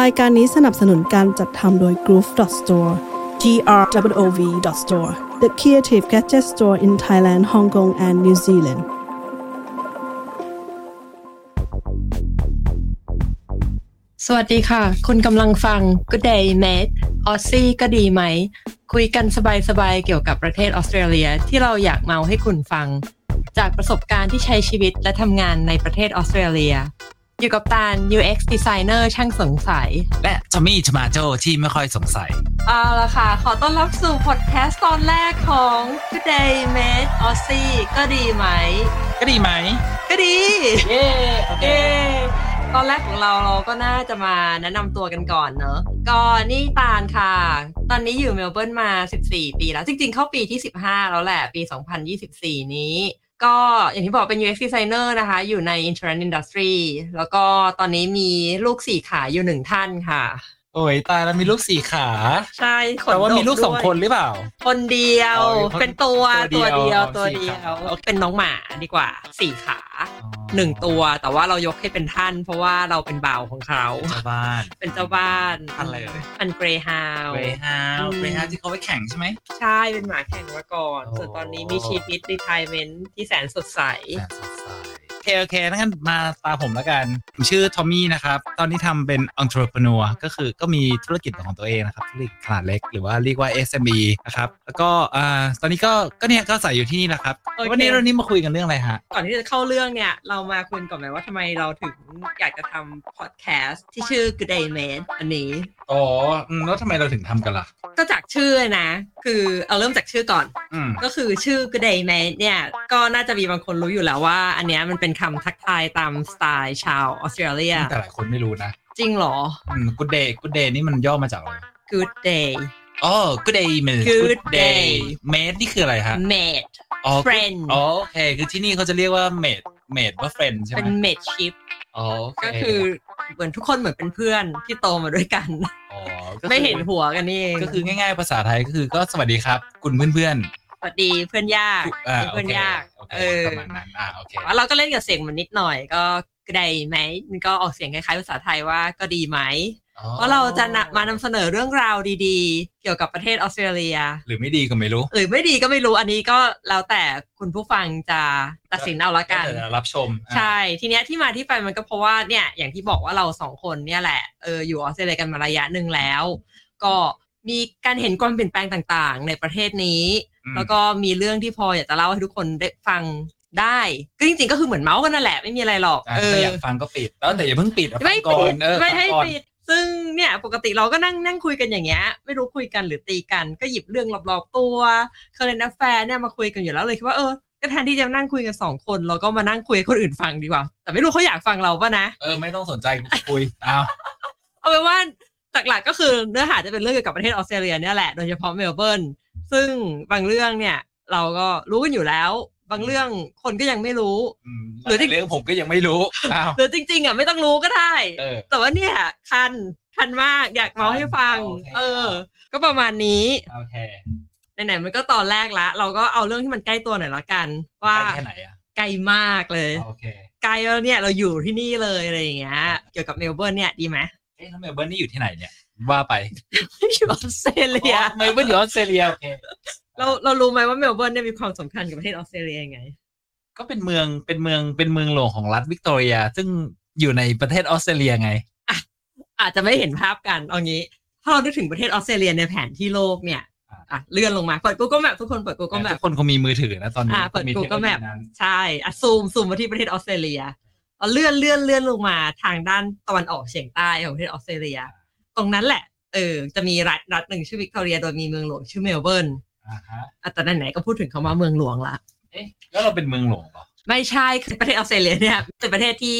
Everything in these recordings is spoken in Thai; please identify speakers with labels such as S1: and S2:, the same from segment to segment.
S1: รายการนี้สนับสนุนการจัดทำโดย Groove Store grov store the creative gadget store in Thailand Hong Kong and New Zealand
S2: สวัสดีค่ะ คุณกำลังฟัง Good Day Mate ออซซี่ก็ดีไหม คุยกันสบายๆ เกี่ยวกับประเทศออสเตรเลียที่เราอยากเมาให้คุณฟัง จากประสบการณ์ที่ใช้ชีวิตและทำงานในประเทศออสเตรเลีย อยู่กับตาล UX Designer ช่างสงสัย
S3: และทอมมี่ชมาโจที่ไม่ค่อยสงสัย
S2: เอาละค่ะ ขอต้อนรับสู่พอดแคสต์ตอนแรกของ Good Day Mate ออซซี่ก็ดีไหม
S3: ก็ดีไหม
S2: ก็ดี
S3: เย้โอเค
S2: เย้ตอนแรกของเราเราก็น่าจะมาแนะนำตัวกันก่อนเนอะก็นี่ตาลค่ะ ตอนนี้อยู่เมลเบิร์นมา 14 ปีแล้ว จริงๆ เข้าปีที่ 15 แล้วแหละ ปี 2024 นี้ ก็อย่างที่บอกเป็น UX designer นะคะ อยู่ใน insurance industry แล้วก็ตอนนี้มีลูกสี่ขาอยู่หนึ่งท่านค่ะ
S3: โอ้ยตายแล้วมีลูกสี่ขา
S2: ใช่ขน
S3: แต่ว่า
S2: ด
S3: มีลูกสอง
S2: ด้วย
S3: คนหรือเปล่า
S2: คนเดียว
S3: อ๋อ
S2: เป็นตัว
S3: ตั
S2: ตัวว
S3: เดี
S2: เดี
S3: ย
S2: ยว วตัวเดียว
S3: สี่ขา
S2: เป็นน้องหมาดีกว่าสี่ขาหนึ่งตัว แต่ว่าเรายกให้เป็นท่าน เพราะว่าเราเป็นบ่าวของเขา
S3: ชาวบ้าน
S2: เป็นเจ้าบ้าน
S3: พันอะไรเอ่ย
S2: เป็นเกรฮาว
S3: เวฮาวเวฮาวที่เขาไว้แข่งใช่ไหม
S2: ใช่เป็นหมาแข่งมาก่อน
S3: โอ้
S2: ส่วนตอนนี้มีชีวิตรีไทเมนต์ที่แสนสดใส
S3: โอเคโอเคงั้นมาตามผมแล้วกัน ผมชื่อทอมมี่นะครับ ตอนนี้ทำเป็น entrepreneur ก็คือก็มีธุรกิจของตัวเองนะครับ ธุรกิจขนาดเล็กหรือว่าเรียกว่า SME นะครับ แล้วก็อ่าตอนนี้ก็ก็เนี่ยก็ใส่อยู่ที่นี่แหละครับ
S2: โอเค
S3: วันนี้เรานี้มาคุยกันเรื่องอะไรฮะ
S2: ก่อนที่จะเข้าเรื่องเนี่ย เรามาคุยกันก่อนไหมว่าทำไมเราถึงอยากจะทำพอดแคสต์ที่ชื่อ Good Day Man อันนี้
S3: อ๋ออืมแล้วทำไมเราถึงทำกันล่ะ
S2: ก็จากชื่อนะ คือเอาเริ่มจากชื่อก่อน
S3: อืม
S2: ก็คือชื่อ Good Day Man เนี่ย ก็น่าจะมีบางคนรู้อยู่แล้วว่า อันเนี้ยมันเป็นคำทักทายตามสไตล์ชาวออสเตรเลีย
S3: แต่หลายคนไม่รู้นะ
S2: จริงเหรอ
S3: กูเดย์กูเดย์นี่มันย่อมาจากอะไร
S2: Good Day
S3: อ๋อกูเดย์มัน
S2: Good day
S3: เมดนี่คืออะไรฮะ
S2: Mate
S3: อ๋อ
S2: Friend
S3: อ๋อโอเค คือที่นี่เขาจะเรียกว่าเมดเมดว่าเฟรนใช่ไห
S2: เป็
S3: ม
S2: น Mate Ship
S3: อ๋อโเ
S2: ก็คือเหมือนทุกคนเหมือนเป็นเพื่อนที่โตมาด้วยกัน
S3: อ๋อก็คือ
S2: ไม่เห็นหัวกันนี่เอง
S3: ก็คือง่ายๆภาษาไทยก็คือก็สวัสดีครับ คุณเพื่อน
S2: สวัสดีเพื่อนยาก
S3: ๆอ่า
S2: เป็นเพื่
S3: โอ
S2: อน
S3: เค
S2: ยาก
S3: โอ
S2: เอ
S3: เค
S2: อ
S3: ประมาณนั้นอ่าโอเค
S2: แต่ว่าเราก็เล่นกับเสียงมันนิดหน่อยก็ก็ได้ไหมมันก็ออกเสียงคล้ายๆภาษาไทยว่าก็ดีไหม
S3: อ๋อ
S2: เพราะเราจะนำมานำเสนอเรื่องราวดีๆ เกี่ยวกับประเทศออสเตรเลีย
S3: หรือไม่ดีก็ไม่รู้
S2: หรือไม่ดีก็ไม่รู้อันนี้ก็แล้วแต่คุณผู้ฟังจะตัดสินเอาละกัน
S3: เดี๋ยวรับชมอ่ะ
S2: ใช่ทีเนี้ยที่มาที่ไปมันก็เพราะว่าเนี่ยอย่างที่บอกว่าเราสองคนเนี่ยแหละเอออยู่ออสเตรเลียกันมาระยะหนึ่งแล้ว ก็มีการเห็นความเปลี่ยนแปลงต่างๆ ในประเทศนี้
S3: อืม
S2: แล้วก็มีเรื่องที่พออยากจะเล่าให้ทุกคนได้ฟังได้ก็จริงๆก็คือเหมือนเมาส์กันนั่นแหละไม่มีอะไรหรอก
S3: อ่ะ
S2: เอ
S3: ถ้า
S2: อ
S3: อยากฟังก็ปิดแล้วแต่อย่าเพิ่งปิดอ่ะ
S2: ไม่
S3: ฟังก่อ
S2: ปิด
S3: นเออ
S2: ไม่ให้
S3: ฟังก่อน
S2: ปิดซึ่งเนี่ยปกติเราก็นั่งนั่งคุยกันอย่างเงี้ยไม่รู้คุยกันหรือตีกัน ก็หยิบเรื่องรอบๆตัวเคยเล่นแฟนเนี่ยมาคุยกันอยู่แล้วเลยคิดว่าเออก็แทนที่จะนั่งคุยกันสองคนเราก็มานั่งคุยให้คนอื่นฟังดีกว่า แต่ไม่รู้เขาอยากฟังเราปะนะ
S3: เออไม่ต้องสนใจกูคุย อ้าว
S2: เอาเป็นว่าหลักๆก็คือเนื้อหาจะเป็นเรื่องเกี่ยวกับประเทศออสเตรเลียเนี่ยแหละโดยเฉพาะเมลเบิร์นซึ่งบางเรื่องเนี่ยเราก็รู้กันอยู่แล้ว บางเรื่องคนก็ยังไม่รู้
S3: อืม
S2: หรือที่
S3: เรื่องผมก็ยังไม่ รู้ อ้าว
S2: หรือจริง ๆอ่ะไม่ต้องรู้ก็ได้
S3: เออ
S2: แต่ว่าเนี่ยคันคันมากอยากเมาให้ฟัง
S3: โอเค
S2: เออ ก็ประมาณนี้
S3: โอเค
S2: ไหนๆมันก็ตอนแรกละ เราก็เอาเรื่องที่มันใกล้ตัวหน่อยละกัน ว่า
S3: ไปแค่ไหนอ่ะ
S2: ไกลมากเลย
S3: โอเค
S2: ไกลแล้วเนี่ยเราอยู่ที่นี่เลยอะไรอย่างเงี้ยเกี่ยวกับเมลเบิร์นเนี่ยดีไหม
S3: เอ๊ะแล้วเมลเบิร์นนี่อยู่ที่ไหนเนี่ยว่าไป
S2: อยู่ออสเตรเลีย
S3: อ๋อเมลเบิร์นอยู่ออสเตรเลียโอเค
S2: เราเรารู้ไหมว่าเมลเบิร์นเนี่ยมีความสำคัญกับประเทศออสเตรเลียยังไง
S3: ก็เป็นเมืองเป็นเมืองเป็นเมืองหลวงของรัฐวิกตอเรีย ซึ่งอยู่ในประเทศออสเตรเลียไง
S2: อาจจะไม่เห็นภาพกันเอางี้ ถ้าเรานึกถึงประเทศออสเตรเลียในแผนที่โลกเนี่ย
S3: อ่ะ
S2: อ่ะเลื่อนลงมาเปิด Google Map ทุกคนเปิด Google
S3: ทุ
S2: Map
S3: กคนคงมีมือถือนะตอนนี้
S2: อ่าเปิด
S3: มี
S2: Google
S3: ทคโนโล
S2: Map
S3: ยีนั้น
S2: ใช่อ่ะซูมซูมมาที่ประเทศออสเตรเลียเอาเลื่อนเลื่อนเลื่อนลงมาทางด้านตะวันออกเฉียงใต้ของประเทศออสเตรเลีย ตรงนั้นแหละเออจะมีรัฐรัฐหนึ่งชื่อวิกตอเรียโดยมีเมืองหลวงชื่อเมลเบิร์น
S3: อ่าฮะ
S2: อ่ะแต่ไหนๆก็พูดถึงเขามาเมืองหลวงละ
S3: เอ๊ะแล้วเราเป็นเมืองหลวงเหรอ
S2: ไม่ใช่ คือประเทศออสเตรเลียเนี่ยเป็นประเทศที่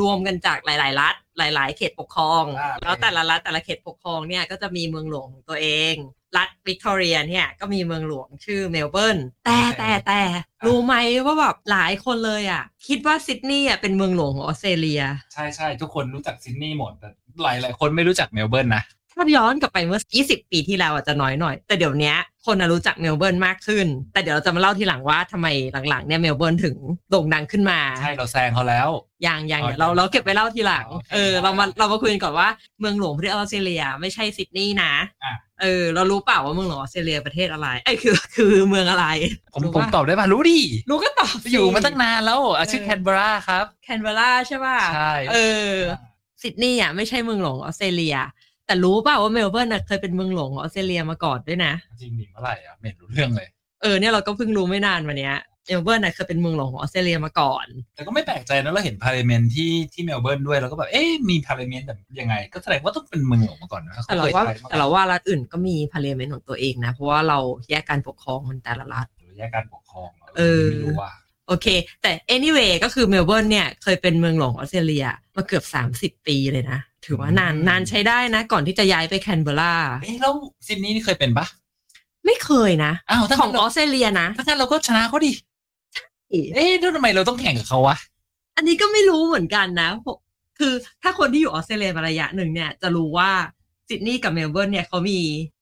S2: รวมกันจากหลาย ๆ รัฐ หลาย ๆ เขตปกครอง แล้วแต่ละรัฐแต่ละเขตปกครองเนี่ยก็จะมีเมืองหลวงของตัวเอง รัฐวิกตอเรียเนี่ยก็มีเมืองหลวงชื่อเมลเบิร์นแต่แต่แต่รู้ไหมว่าแบบหลายคนเลยอ่ะคิดว่าซิดนีย์อ่ะเป็นเมืองหลวงของออสเตรเลีย
S3: ใช่ใช่ทุกคนรู้จักซิดนีย์หมดแต่หลายหลายคนไม่รู้จักเมลเบิร์นนะ
S2: ถ้าย้อนกลับไปเมื่อ 20 ปีที่แล้วอาจจะน้อยหน่อย แต่เดี๋ยวเนี้ย คนน่ะรู้จักเมลเบิร์นมากขึ้น แต่เดี๋ยวเราจะมาเล่าทีหลังว่าทำไมหลังๆเนี่ยเมลเบิร์นถึงโด่งดังขึ้นมา
S3: ใช่เราแซงเขาแล้ว
S2: ยังยัง
S3: อ๋อ
S2: เดี๋ยวเราเราเก็บไว้เล่าทีหลัง
S3: โอเค
S2: เออเรามาเรามาคุยกันก่อนว่าเมืองหลวงประเทศออสเตรเลีย ไม่ใช่ซิดนีย์นะ
S3: อ่ะ
S2: เออ เรารู้เปล่าว่าเมืองหลวงออสเตรเลียประเทศอะไร ไอ้ยคือคือเมืองอะไร
S3: ผม
S2: รู้
S3: ผม
S2: ปะ
S3: ตอบได้ป่ะรู้ดิ
S2: รู้ก็ตอบสิ
S3: อยู่มาตั้งนานแล้วอ่ะชื่อ
S2: เออ
S3: แคนเบอราครับ
S2: แคนเบอร์ราใช่ป่ะ
S3: ใช่
S2: เออซิดนีย์อ่ะไม่ใช่เมืองหลวงออสเตรเลีย แต่รู้เปล่าว่าเมลเบิร์นน่ะเคยเป็นเมืองหลวงของออสเตรเลียมาก่อนด้วยนะ
S3: จริงดิเมื่อไหร่อ่ะไม่เห็นรู้เรื่องเลย
S2: เออเนี่ยเราก็เพิ่งรู้ไม่นานมาเนี้ยเมลเบิร์นน่ะเคยเป็นเมืองหลวงของออสเตรเลียมาก่อน
S3: แต่ก็ไม่แปลกใจนะเราเห็นพาร์เลเมนต์ที่ที่เมลเบิร์นด้วยเราก็แบบเอ๊ะมีพาร์เลเมนต์แบบยังไง ก็แสดงว่าต้องเป็นเมืองหลวงมาก่อนนะข
S2: แต่เรา
S3: คย
S2: ว่า
S3: ใช้มก่อน
S2: แต่เราว่ารัฐอื่นก็มีพาร์เลเมนต์ของตัวเองนะ เพราะว่าเราแยกการปกครองมันแต่ละรัฐ
S3: หรือแยกการปกครองหร
S2: เออ
S3: ไม่รู้ว่า
S2: โอเค แต่ anyway ก็คือเมลเบิร์นเนี่ย เคยเป็นเมืองหลวงออสเตรเลียมาเกือบ 30 ปีเลยนะ ถือว่านานนานใช้ได้นะ ก่อนที่จะย้ายไปแคนเบอร์รา
S3: เอ๊ะแล้วซิดนีย์นี่เคยเป็นปะ
S2: ไม่เคยนะ
S3: อ้าวถ้า
S2: ของอ
S3: งั้น
S2: อ
S3: เรา
S2: สเตรเลียนะ
S3: ถ้างั้นเราก็ชนะเขาดิเอ๊ะแล้วทำไมเราต้องแข่งกับเขาวะ
S2: อันนี้ก็ไม่รู้เหมือนกันนะผมคือถ้าคนที่อยู่ออสเตรเลียมาระยะหนึ่งเนี่ย จะรู้ว่าซิดนีย์กับเมลเบิร์นเนี่ยเขามี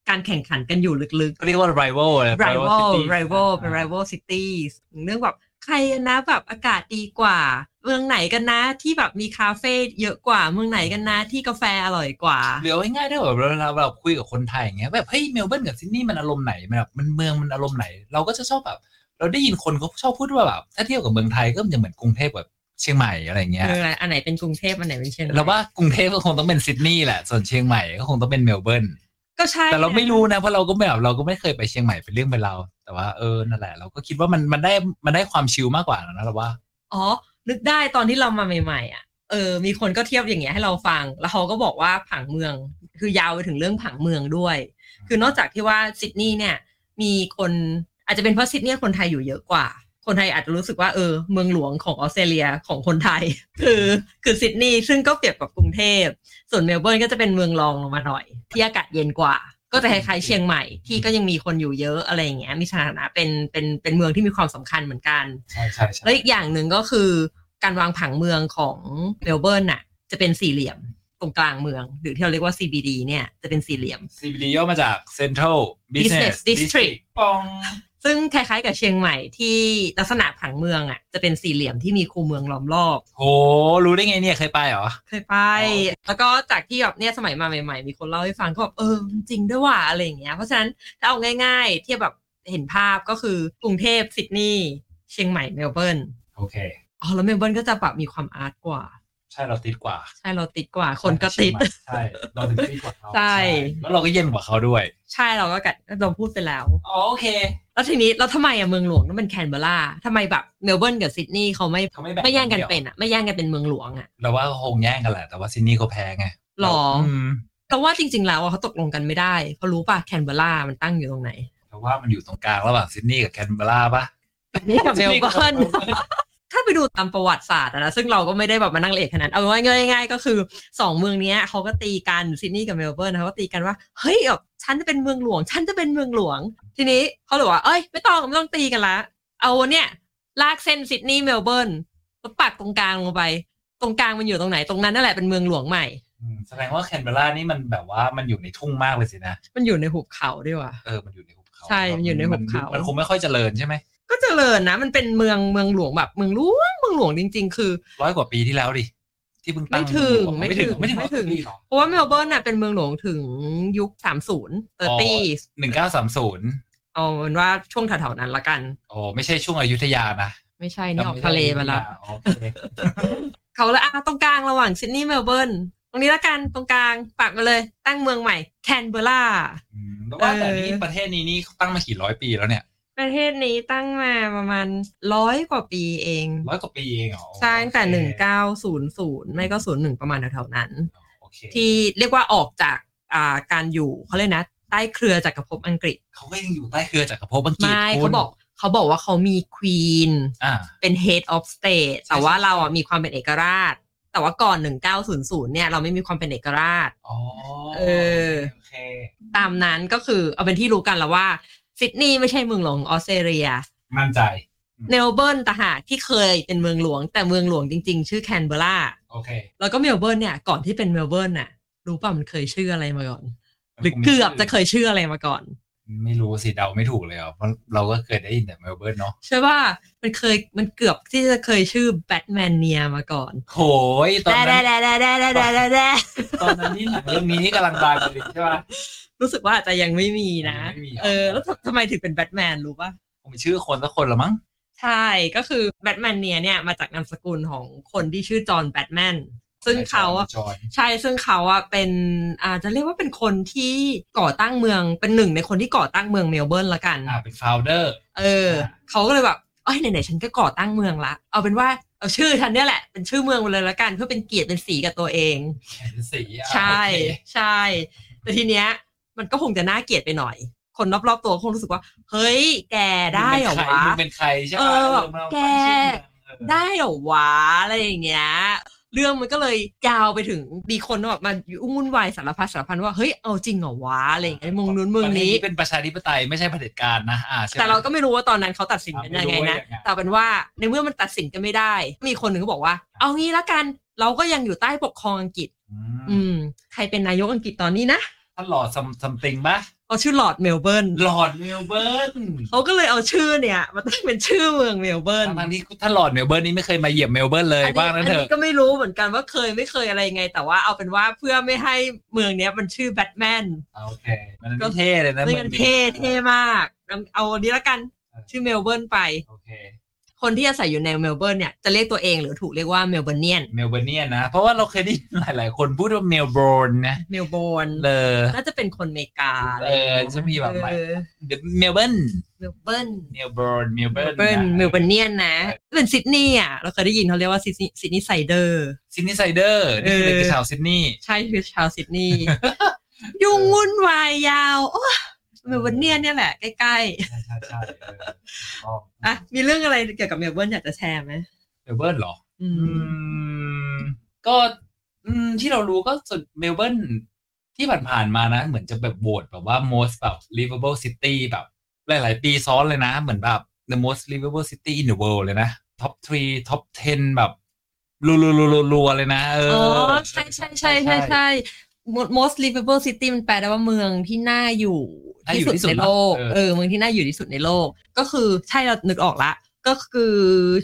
S2: การแข่งขันกันอยู่ลึกๆ
S3: เรียกว่า rival เลย
S2: rival
S3: cities
S2: rival เป็น rival cities เรื่องแบบใครกันนะแบบอากาศดีกว่า เมืองไหนกันนะที่แบบมีคาเฟ่เยอะกว่า เมืองไหนกันนะที่กาแฟอร่อยกว่า
S3: หรือเอาง่ายๆได้แบบเวลาเราคุยกับคนไทยอย่างเงี้ยแบบเฮ้ยเมลเบิร์นกับซิดนีย์มันอารมณ์ไหนมันแบบมันเมืองมันอารมณ์ไหน เราก็จะชอบแบบ เราได้ยินคนเขาชอบพูดว่าแบบถ้าเทียบกับเมืองไทยก็มันจะเหมือนกรุงเทพแบบเชียงใหม่อะไรเงี้ย
S2: เมืองอะไรอันไหนเป็นกรุงเทพอันไหนเป็นเชียงใหม่
S3: เราว่ากรุงเทพก็คงต้องเป็นซิดนีย์แหละส่วนเชียงใหม่ก็คงต้องเป็นเมลเบิร์น
S2: ก็ใช่
S3: แต่เราไม่รู้นะเพราะเราก็ไม่แบบเราก็ไม่เคยไปเชียงใหม่เป็นเรื่องเป็นราวแต่ว่าเออนั่นแหละเราก็คิดว่ามันมันได้มันได้ความชิลมากกว่านะเราว่า
S2: อ๋อ นึกได้ตอนที่เรามาใหม่ ๆ อ่ะ เออ มีคนก็เทียบอย่างเงี้ยให้เราฟัง แล้วเขาก็บอกว่าผังเมือง คือยาวไปถึงเรื่องผังเมืองด้วย คือนอกจากที่ว่าซิดนีย์เนี่ย มีคนอาจจะเป็นเพราะซิดนีย์คนไทยอยู่เยอะกว่า คนไทยอาจจะรู้สึกว่าเออเมืองหลวงของออสเตรเลียของคนไทย คือคือซิดนีย์ซึ่งก็เปรียบกับกรุงเทพ ส่วนเมลเบิร์นก็จะเป็นเมืองรองลงมาหน่อย ที่อากาศเย็นกว่า ก็จะคล้ายๆเชียงใหม่ที่ก็ยังมีคนอยู่เยอะอะไรอย่างเงี้ยมีฐานะเป็นเป็นเป็นเมืองที่มีความสำคัญเหมือนกัน
S3: ใช่ใช่ใช่
S2: แล้วอีกอย่างหนึ่งก็คือการวางผังเมืองของเมลเบิร์นน่ะ จะเป็นสี่เหลี่ยมตรงกลางเมือง หรือที่เราเรียกว่า CBD เนี่ยจะเป็นสี่เหลี่ยม
S3: CBD ย่อมาจาก Central Business
S2: Business District
S3: ปอง
S2: ซึ่งคล้ายๆกับเชียงใหม่ที่ลักษณะผังเมืองอ่ะจะเป็นสี่เหลี่ยมที่มีคูเมืองล้อมรอบ
S3: โหรู้ได้ไงเนี่ยเคยไปเหรอ
S2: เคยไป แล้วก็จากที่แบบเนี่ยสมัยมาใหม่ๆ มีคนเล่าให้ฟังก็แบบเออจริงด้วยว่ะอะไรอย่างเงี้ยเพราะฉะนั้นถ้าเอาง่ายๆเทียบแบบเห็นภาพก็คือกรุงเทพซิดนีย์เชียงใหม่เมลเบิร์น
S3: โอเค
S2: อ๋อแล้วเมลเบิร์นก็จะแบบมีความอาร์ตกว่า
S3: ใช่เราติดกว่า
S2: ใช่เราติดกว่าคนก็ติด
S3: ใช่เราถึงที่กว่าเขา
S2: ใช่
S3: แล้วเราก็เย็นกว่าเขาด้วย
S2: ใช่เราก็กัดเราพูดไปแล้ว
S3: อ๋อโอเค
S2: แล้วทีนี้เราทำไมอะเมืองหลวงต้องเป็นแคนเบอร์ราทำไมแบบเมลเบิร์นกับซิดนีย์เขาไม่
S3: เขาไม่แบ่ง
S2: ไม่แย่งกันเป็นอะไม่แย่งกันเป็นเมืองหลวงอะ
S3: เราว่าคงแย่งกันแหละ แต่ว่าซินนี่เขาแพ้ไง
S2: หรอ
S3: ม
S2: เราว่าจริง ๆ แล้วอะเขาตกลงกันไม่ได้เพราะรู้ป่ะแคนเบอร์รามันตั้งอยู่ตรงไหน
S3: เราว่ามันอยู่ตรงกลางระหว่างซินนี่กับแคนเบอร์ราปะ
S2: นี่กับเมลเบิร์น ถ้าไปดูตามประวัติศาสตร์อะนะซึ่งเราก็ไม่ได้แบบมานั่งละเอียดขนาดนั้นเอาง่ายๆง่ายๆก็คือสองเมืองเนี้ยเขาก็ตีกันซิดนีย์กับเมลเบิร์นนะเขาก็ตีกันว่าเฮ้ยแบบฉันจะเป็นเมืองหลวง ฉันจะเป็นเมืองหลวง ทีนี้เขาเลยว่าเอ้ยไม่ต้องไม่ต้องตีกันละเอาเนี่ย ลากเส้นซิดนีย์เมลเบิร์นแล้วปักตรงกลางลงไป ตรงกลางมันอยู่ตรงไหนตรงนั้นนั่นแหละเป็นเมืองหลวงใหม่
S3: อืมแสดงว่าแคนเบอร์รานี่มันแบบว่ามันอยู่ในทุ่งมากเลยสินะ
S2: มันอยู่ในหุบเขาด้วยว่ะ
S3: เออมันอยู่ในหุบเขา
S2: ใช่มันอยู่ในหุบเขามั
S3: นคงไม่ค่อยเจริญใช่ไหม
S2: ก็เจริญนะ มันเป็นเมืองเมืองหลวงแบบเมืองหลวงเมืองหลวงจริง ๆ คือ
S3: ร้อยกว่าปีที่แล้วดิที่เพิ่งตั้ง
S2: ไม่ถึง
S3: อ๋อ
S2: ไม่
S3: ไม่
S2: ถึ
S3: ถึ
S2: ง
S3: งไม่ถึง
S2: ไม่
S3: ไม่
S2: ถึ
S3: ถึ
S2: ง
S3: ง
S2: เพราะว่าเมลเบิร์นน่ะเป็นเมืองหลวงถึงยุค 30 30
S3: หนึ่งเก้าสามศูนย์
S2: เอาเป็นว่าช่วงแถวๆนั้นละกัน
S3: โอ้ไม่ใช่ช่วงอยุธยานะ
S2: ไม่ใช่นี่ออกทะเลไปละ
S3: โอเค
S2: เขาเลยอ่ะตรงกลางระหว่างซิดนีย์เมลเบิร์นตรงนี้ละกันตรงกลางปักมาเลย ตั้งเมืองใหม่แคนเบอร์รา
S3: อืมแต่ว่าแต่นี่
S2: เออ
S3: ประเทศนี้นี่ตั้งมากี่ร้อยปีแล้วเนี่ย
S2: ประเทศนี้ตั้งมาประมาณร้อยกว่าปีเอง
S3: ร้อยกว่าปีเองเหรอ
S2: สร้างตั้งแต่
S3: โอเค
S2: หนึ่งเก้าศูนย์ศูนย์ไม่ก็ศูนย์หนึ่งประมาณแถวๆนั้น
S3: โอเค
S2: ที่เรียกว่าออกจากอ่าการอยู่เขาเลยกนะ ใต้เครือจักรภพอังกฤษ
S3: เขาก็ยังอยู่ใต้เครือจักรภพอังกฤษ
S2: ไม่
S3: คุ
S2: เขา
S3: ณ
S2: บอกเขาบอกว่าเขามีควีน
S3: อ่า
S2: เป็น head of state แต่ว่าเราอ่ะมีความเป็นเอกราช แต่ว่าก่อน 1900 เนี่ย เราไม่มีความเป็นเอกราช
S3: อ๋อ
S2: เออ
S3: โอเค
S2: ตามนั้นก็คือเอาเป็นที่รู้กันแล้วว่าซิดนีย์ไม่ใช่เมืองหลวงของออสเตรเลีย
S3: มั่นใจ
S2: เมลเบิร์นต่างหากที่เคยเป็นเมืองหลวง แต่เมืองหลวงจริงๆ ชื่อแคนเบอร์รา
S3: โอเค
S2: แล้วก็เมลเบิร์นเนี่ย ก่อนที่เป็นเมลเบิร์นน่ะรู้ป่ะมันเคยชื่ออะไรมาก่อน หรือเกือบจะเคยชื่ออะไรมาก่อน
S3: ไม่รู้สิเดาไม่ถูกเลยอ่ะเพราะเราก็เคยได้ยินแต่เมลเบิร์นเนาะ
S2: ใช่ป่ะมันเคยมันเกือบที่จะเคยชื่อแบทแมนเนียมาก่อน
S3: โหยตอน
S2: แด่
S3: นั้
S2: แด่
S3: น
S2: แด่แด่แด่แด่แด่แด่
S3: ตอนนั้นนี่หนังเรื่องนี้นี่กำลังดังเลยใช่ป่ะ
S2: รู้สึกว่าอาจจะยังไม่มีนะ
S3: ยังไม่มีหรอ
S2: เออ แล้วทำทำไมถึงเป็นแบทแมนรู้ป่ะ
S3: คงเป็นชื่อคนสักคนละมั้ง
S2: ใช่ ก็คือแบทแมนเนียเนี่ยมาจากนามสกุลของคนที่ชื่อจอห์นแบทแมน ซึ่งเขาอะ
S3: จอห์นจอห์น
S2: ใช่ ซึ่งเขาอะเป็นอาจจะเรียกว่าเป็นคนที่ก่อตั้งเมือง เป็นหนึ่งในคนที่ก่อตั้งเมืองเมลเบิร์นละกัน
S3: อ่าเป็นฟาวเดอร์
S2: เออ เขาก็เลยแบบ เอ้ย ไหนๆ ฉันก็ก่อตั้งเมืองละ เอาเป็นว่า เอาชื่อฉันเนี่ยแหละ เป็นชื่อเมืองไปเลยละกัน เพื่อเป็นเกียรติเป็นสีกับตัวเอง
S3: แขนสีอ่ะ
S2: ใช่
S3: โอเค
S2: ใช่ แต่ทีเนี้ย มันก็คงจะน่าเกลียดไปหน่อย คนรอบๆ ตัวคงรู้สึกว่า เฮ้ย แกได้เหรอวะ
S3: มึงเป็นใครมึงเป็นใครใช่
S2: เออ
S3: ปะเออมึงเอา
S2: แก
S3: ความชื่อมึงเออ
S2: ได้เหรอวะอะไรอย่างเงี้ย เรื่องมันก็เลยยาวไปถึงมีคนแบบมายุ่งวุ่นวายสารพัดสารพันว่าเฮ้ยเอาจริงเหรอวะอะไรอย่างเงี้ยมึงนู้นมึง
S3: ประเทศ
S2: นี้
S3: เป็นประชาธิปไตยไม่ใช่เผด็จการนะอ่าใช่ไหม
S2: แต่เราก็ไม่รู้ว่าตอนนั้นเขาตัดสินเป็นยังไงนะ
S3: ไม่รู้ว่ายังไง
S2: แต่เอาเป็นว่าในเมื่อมันตัดสินกันไม่ได้ มีคนหนึ่งก็บอกว่า เอางี้ละกันเราก็ยังอยู่ใต้ปกครองอังกฤษ
S3: อื
S2: อื
S3: ม
S2: ม ใครเป็นนายกอังกฤษตอนนี้นะ
S3: ท่านหลอดซัมซัมติงปะ
S2: เขาชื่อหลอร์ดเมลเบิร์น
S3: หลอดเมลเบิร์น
S2: เขาก็เลยเอาชื่อเนี่ยมาตั้งเป็นชื่อเมืองเมลเบิร์น
S3: ทั้งๆที่ท่านหลอดเมลเบิร์นนี่ไม่เคยมาเหยียบเมลเบิร์นเลยว่างั้นเถ
S2: อั
S3: อะ
S2: ก็ไม่รู้เหมือนกันว่าเคยไม่เคยอะไรยังไง แต่ว่าเอาเป็นว่าเพื่อไม่ให้เมืองเนี้ยมันชื่อแบทแมน
S3: โอเค มัน
S2: ก็
S3: เท่เลยนะ
S2: ไม่งั้น
S3: หมือ
S2: เท่เท่มากงั้นเอาอันนี้ละกันชื่อเมลเบิร์นไป
S3: โอเค
S2: คนที่อาศัยอยู่ในเมลเบิร์นเนี่ยจะเรียกตัวเองหรือถูกเรียกว่าเมลเบิร์เนียน
S3: เมลเบิร์นเนียนนะ เพราะว่าเราเคยได้ยินหลาย ๆ คนพูดว่าเมลโบร์นนะ
S2: เมลเบิร์น
S3: เลย
S2: น่าจะเป็นคนอเมริกา
S3: เออจะมีแบบหลาย
S2: เออ
S3: เมลเบิร์น
S2: เมลเบิร์น
S3: เมลเบิร์น เมล
S2: เม
S3: เบิ
S2: ลเบิร์
S3: ร์
S2: น
S3: น
S2: เมลเบิร์เนียนนะ เป็นซิดนีย์อ่ะเราเคยได้ยินเขาเรียกว่าซิดนีย์ซิดนีย์ไซเดอร์
S3: ซิดนีย์ไซเดอร์นี่คือ
S2: เออ
S3: เป็นชาวซิดนีย์
S2: ใช่คือชาวซิดนีย์ ยุ่งวุ่นวายยาวโอ้ยเมลเบิร์นเนียนเนี่ยแหละ ใกล้
S3: ใช่ใช่ใช่เออถูกต้อง
S2: ๆอ่ะมีเรื่องอะไรเกี่ยวกับเมลเบิร์นอยากจะแชร์ไหม
S3: เมลเบิร์นเหรอ
S2: อื
S3: อื
S2: ม
S3: ม ก็อืมที่เรารู้ก็ส่วนเมลเบิร์นที่ผ่านๆมานะ เหมือนจะแบบโหวตแบบว่า most แบบ livable city แบบ หลายๆ ปีซ้อนเลยนะ เหมือนแบบ the most livable city in the world เลยนะ top 3 top 10 แบบรัวๆๆๆเลยนะเอ
S2: อ๋อ
S3: อ
S2: ใช่ใช่ใช่ใช่ใช่ most livable city มันแปลได้ว่าเมืองที่น่าอยู่
S3: ถ้าอ
S2: ที่
S3: ยู่
S2: สุด
S3: ที่สุด
S2: ในโลก
S3: เออ
S2: เออเมืองที่น่าอยู่ที่สุดในโลก ก็คือใช่เรานึกออกละ ก็คือ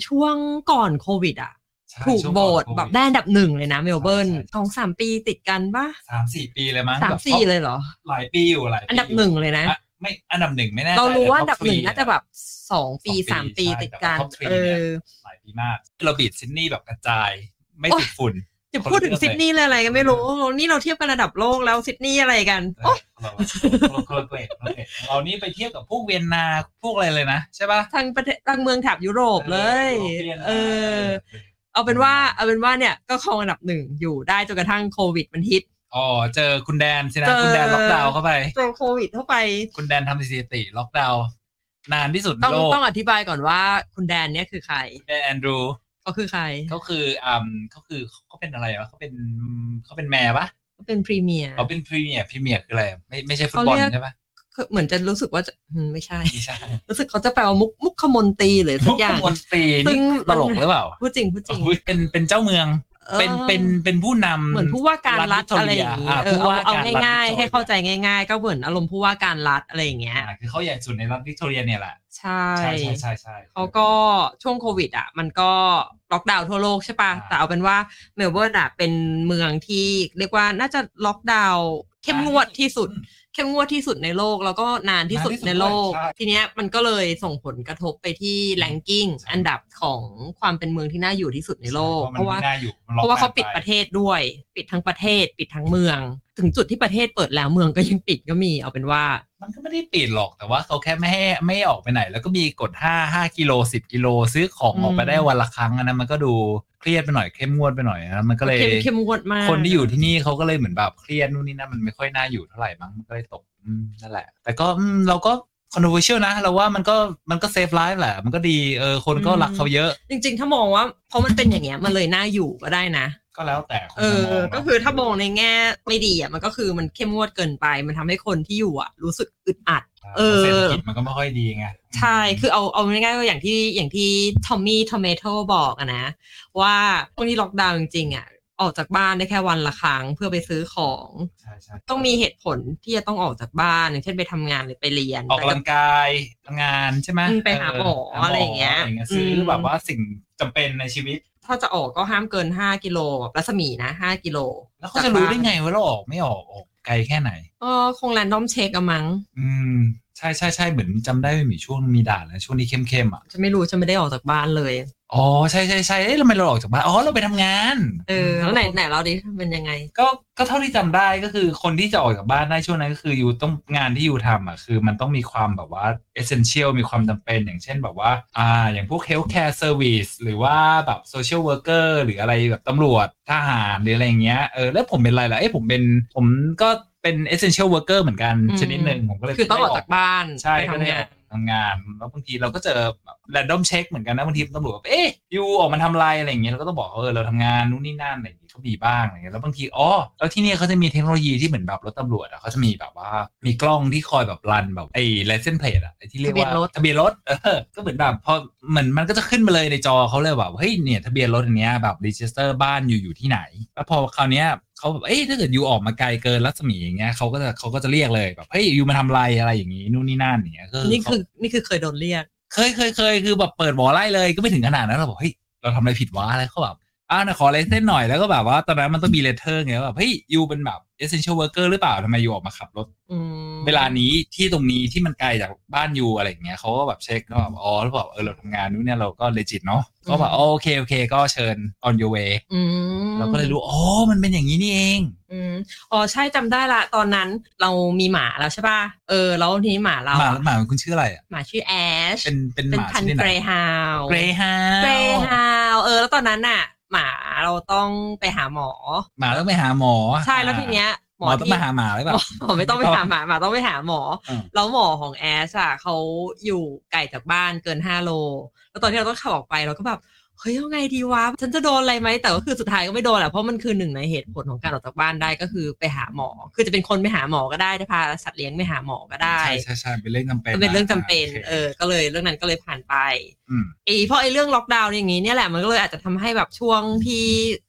S2: ช่วงก่อนโควิดอ่ะ
S3: ใช่
S2: ถูก
S3: ช่วง
S2: โบ
S3: อน
S2: ต
S3: โควิ
S2: แบบได้อันดับหนึ่งเลยนะเมลเบิร์น
S3: ใช่ใช่
S2: สองสามปีติดกันปะ
S3: สามสี่ปีเลยมั้ง
S2: สาม
S3: แบบ
S2: สี่เลยเหรอ
S3: หลายปีอยู่หลายปี
S2: อันดับหนึ่งเลยนะ
S3: อ่ะไม่อันดับหนึ่งไม่แน่ใจ
S2: เรารู้ว่าอัน
S3: แต่
S2: ดับ
S3: top
S2: หนึ่ง
S3: 3
S2: น่าจะแบบสองปี
S3: สองปี
S2: สามปี
S3: ใช่
S2: ติดกัน
S3: แต่ว่า top three
S2: เอ
S3: เนี่ย
S2: อ
S3: หลายปีมากเราบีดซิดนีย์แบบกระจายไม่ติดฝุ่น
S2: จะพูดถึง
S3: คนละ
S2: ซิด
S3: เรื่องเลย
S2: นีย์เลยอะไรกันไม่รู้ นี่เราเทียบกันระดับโลกแล้วซิดนีย์อะไรกันโอ๊ย
S3: เราเราเราเกรดเราเกรดเรานี่ไปเทียบกับพวกเวียนนาพวกอะไรเลยนะ ใช่ป่ะ
S2: ทางประเทศทางเมืองแถบยุโรปเลย
S3: วียนนา
S2: เออ เอาเป็นว่าเอาเป็นว่าเนี่ยก็ครองอันดับหนึ่งอยู่ได้จนกระทั่งโควิดมันฮิต
S3: อ๋อเจอคุณแดนสินะ
S2: เจอ
S3: คุณแดนล็อกดาวน์เข้าไป
S2: โดนโควิดเข้าไป
S3: คุณแดนทำสถิติล็อกดาวน์นานที่สุดใน
S2: ต้อง
S3: โลก
S2: ต้องอธิบายก่อนว่าคุณแดนเนี่ยคือใคร
S3: แดนแอนดรู
S2: เขาคือใคร
S3: เขาคืออ่าเขาคือเขาเป็นอะไรวะเขาเป็นเขาเป็นแม่ปะ
S2: เขาเป็นพรีเมียร์
S3: เขาเป็นพรีเมียร์พรีเมียร์คืออะไรไม่ไม่ใช่ฟุตบอลใช่ปะ
S2: คือเหมือนจะรู้สึกว่าจะอืมไม่ใช่
S3: ไม่ใช่
S2: รู้สึกเขาจะแปลว่ามุกมุกขมนตรีหรือสั
S3: ทุ
S2: ก
S3: ก
S2: อย่าง
S3: คนตี
S2: ซึ่
S3: นี่
S2: ง
S3: ตลกหรือเปล่า
S2: พูดจริงพูดจริง
S3: อุ๊ยเป็นเป็นเจ้าเมือง เป็น
S2: ออ
S3: เป็นเป็นผู้นำ
S2: เหมือนผู้ว่าการรัฐ
S3: รัฐวิทยา
S2: อะไรอย่างนี้
S3: อ่า
S2: เออ
S3: ผู้
S2: เอา
S3: ว่า
S2: เอา
S3: การรัฐ
S2: ง่าย
S3: วิท
S2: ๆ
S3: ยา
S2: ให้เข้าใจง่าย ๆ ก็เหมือนอารมณ์ผู้ว่าการรัฐอะไรอย่างเงี้ย
S3: อ่าคือเขาใหญ่สุดในรัฐวิกตอเรียเนี่ยแหละ
S2: ใช่
S3: ใช่ใช่ใช่ใช่
S2: เขาก็ช่วงโควิดอ่ะ มันก็ล็อกดาวน์ทั่วโลกใช่ป่ะ
S3: อ่า
S2: แต่เอาเป็นว่าเมลเบิร์นอ่ะเป็นเมืองที่เรียกว่าน่าจะล็อกดาวน์เข้มงวดที่สุด เข้มงวดที่สุดในโลกแล้วก็นานที่สุด
S3: นานที่สุด
S2: ในโลก
S3: ด้วยใช่
S2: ทีเนี้ยมันก็เลยส่งผลกระทบไปที่แลนกิ้ง
S3: ใช่
S2: อันดับของความเป็นเมืองที่น่าอยู่ที่สุดในโลก
S3: ใช่เพราะว่ามันไม่น่าอยู่มัน
S2: เพ
S3: ล็อก
S2: ราะว่าเขา
S3: นไ
S2: ปิดประเทศด้วย ปิดทั้งประเทศ ปิดทั้งเมือง ถึงจุดที่ประเทศเปิดแล้วเมืองก็ยังปิดก็มีเอาเป็นว่า
S3: มันก็ไม่ได้ปิดหรอกแต่ว่าเขาแค่ไม่ให้ไม่ให้ออกไปไหน แล้วก็มีกฎห้าห้ากิโลสิบกิโลซื้อของ
S2: อืม
S3: ออกไปได้วันละครั้งอันนั้นมันก็ดูเครียดไปหน่อยเข้มงวดไปหน่อยนะมันก็เลย
S2: เข้มเข้มงวดมาก
S3: คนที่อยู่ที่นี่เขาก็เลยเหมือนแบบเครียดนู่นนี่นั่นมันไม่ค่อยน่าอยู่เท่าไหร่มั้งมันก็เลยตกอืมนั่นแหละ แต่ก็อืมเราก็ controversial นะเราว่ามันก็มันก็เซฟไลฟ์แหละ มันก็ดีเออคนก็รักเขาเยอะ
S2: จริง ๆ ถ้ามองว่าเพราะมันเป็นอย่างเงี้ยมันเลยน่าอยู่ก็ได้นะ
S3: ก็แล้วแต่คน
S2: เออ
S3: จะมงนะ
S2: ก็คือถ้ามองในแง่ไม่ดีอ่ะมันก็คือมันเข้มงวดเกินไป มันทำให้คนที่อยู่อ่ะ รู้สึกอึดอัด เออ
S3: เศรษฐกิจมันก็ไม่ค่อยดีไง
S2: ใช่ คือเอาเอาง่ายๆก็อย่างที่อย่างที่ทอมมี่ทอมเมโตบอกอะนะ ว่าพวกนี้ล็อกดาวน์จริงๆอะ ออกจากบ้านได้แค่วันละครั้งเพื่อไปซื้อของ
S3: ใช่ใช่
S2: ต้องมีเหตุผลที่จะต้องออกจากบ้านอย่างเช่นไปทำงานหรือไปเรียน
S3: ออกกำลังกายทำงานใช่ไหม
S2: อืมไปหาหมออะไรอย่างเงี้ย
S3: หาหมซื้ออ
S2: ม
S3: แบบว่าสิ่งจำเป็นในชีวิต
S2: ถ้าจะออกก็ห้ามเกิน 5 กิโลแบบรัศมีนะ 5 กิโล
S3: แล้วเขาจะรู้ได้ไงว่าเราออกไม่ออกออกไกลแค่ไหน
S2: เออคงแรนดอมเช็คอะมั้ง
S3: อืมใช่ใช่ใช่เหมือนจำได้ว่ามีช่วงมีด่านนะช่วงที่เข้มๆอ่ะ
S2: จะไม่รู้จะไม่ได้ออกจากบ้านเลย
S3: อ๋อใช่ใช่ใช่เอ๊ะทำไมเราออกจากบ้านอ๋อเราไปทำงาน
S2: เออแล้วไหนไหนเราดิเป็นยังไง
S3: ก็ก็เท่าที่จำได้ก็คือคนที่จะออกจากบ้านได้ช่วงนั้นก็คืออยู่ต้องงานที่อยู่ทำอ่ะคือมันต้องมีความแบบว่า essential มีความจำเป็นอย่างเช่นแบบว่าอ่าอย่างพวก healthcare service หรือว่าแบบ social worker หรืออะไรแบบตำรวจทหารหรืออะไรอย่างเงี้ยเออแล้วผมเป็นอะไรล่ะเอ้ผมเป็นผมก็เป็น essential worker เหมือนกันชนิดหนึ่งผมก็เลย
S2: คือต้องออกจากบ้าน
S3: ใช่
S2: ไป
S3: ก็
S2: ทำ
S3: ได้
S2: งาน
S3: ทำงาน แล้วบางทีเราก็เจอแรนดอมเช็คเหมือนกันนะบางทีตำรวจแบบเอ๊ะยูออกมาทำอะไรอะไรอย่างเงี้ยเราก็ต้องบอกเออเราทำงานนู่นนี่นั่นอะไรอย่างเงี้ยก็มีบ้างอะไรเงี้ยแล้วบางทีอ๋อแล้วที่เนี่ยเขาจะมีเทคโนโลยีที่เหมือนแบบรถตำรวจอ่ะเขาจะมีแบบว่ามีกล้องที่คอยแบบรันแบบไอ้ไลเซนเพลทอ่ะไอ้ที่เรียกว่าทะเบียนรถเออก็เหมือนแบบพอเหมือนมันก็จะขึ้นมาเลยในจอเขาเลยแบบเฮ้ยเนี่ยทะเบียนรถอันเนี้ยแบบรีจิสเตอร์บ้านอยู่อยู่ที่ไหน แล้วพอคราวเนี้ยเขาแบบเอ้ยถ้าเกิดยูออกมาไกลเกินรัศมีอย่างเงี้ยเขาก็จะเขาก็จะเรียกเลยแบบเฮ้ยยูมาทำไรอะไรอย่างงี้นู่นนี่นั่นอย่างเงี้ยก็
S2: นี่
S3: เขา
S2: คือนี่คือเคยโดนเรียก
S3: เคยเคยเคยคือแบบเปิดหมอไล่เลยก็ไม่ถึงขนาดนั้นเราบอกเฮ้ยเราทำอะไรผิดวะอะไรเขาแบบอ้าวนะขอเลเส้นหน่อยแล้วก็แบบว่าตอนนั้นมันต้องมีเลเทอร์ไงว่าแบบเฮ้ยยูเป็นแบบ essential worker หรือเปล่าทำไมยูออกมาขับรถ
S2: อืม
S3: เวลานี้ที่ตรงนี้ที่มันไกลจากบ้านยูอะไรอย่างเงี้ยเขาก็แบบเช็คก็แบบอ๋อแล้วบอกเออเราทำงานนู้นเนี่ยเราก็เลจิตเนาะก็แบบอ๋อโอเคโอเค ก็เชิญ on your way
S2: อืม
S3: เราก็เลยรู้อ๋อมันเป็นอย่างนี้นี่เอง
S2: อืมอ๋อใช่จำได้ละตอนนั้นเรามีหมาแล้วใช่ป่ะเออ แล้วทีนี้หมาเรา
S3: หมา
S2: อะ
S3: หมาคุณชื่ออะไรอ่ะ
S2: หมาชื่อแอช
S3: เป็นเป็นห
S2: เป็น
S3: มา
S2: พัน
S3: ชนิด
S2: ธุ์
S3: ไหน
S2: เกรย์ฮาวด์
S3: เกรฮา
S2: เกรย์ฮาวด์เออ แล้วตอนนั้นน่ะ หมาเราต้องไปหาหมอ
S3: หมาต้องไปหาหมอ
S2: ใช่แล้วทีเนี้ย
S3: หมอต้อง
S2: ที่
S3: มาหาหมาหรือเปล่า
S2: หมอไม่ต้องไปหาหมาหมาต้องไปหาหมออ
S3: ม
S2: แล้วหมอของแอชอ่ะเขาอยู่ไกลจากบ้านเกินห้าโล แล้วตอนที่เราต้องขับออกไปเราก็แบบเฮ้ยเอาไงดีวะฉันจะโดนอะไรไหมแต่ก็คือสุดท้ายก็ไม่โดนแหละเพราะมันคือหนึ่งในเหตุผลของการออกจากบ้านได้ก็คือไปหาหมอ คือจะเป็นคนไปหาหมอก็ได้จะพาสัตว์เลี้ยงไปหาหมอก็ได้
S3: ใช่ใช่ใช่เป็นเรื่องจำเป็น
S2: มันเป็นเรื่องจำเป็น
S3: ะ
S2: เออ ก็เลยเรื่องนั้นก็เลยผ่านไป
S3: อืม
S2: ไอ้เพราะไอ้เรื่องล็อกดาวน์อย่างนี้เนี่ยแหละมันก็เลยอาจจะทำให้แบบช่วงที่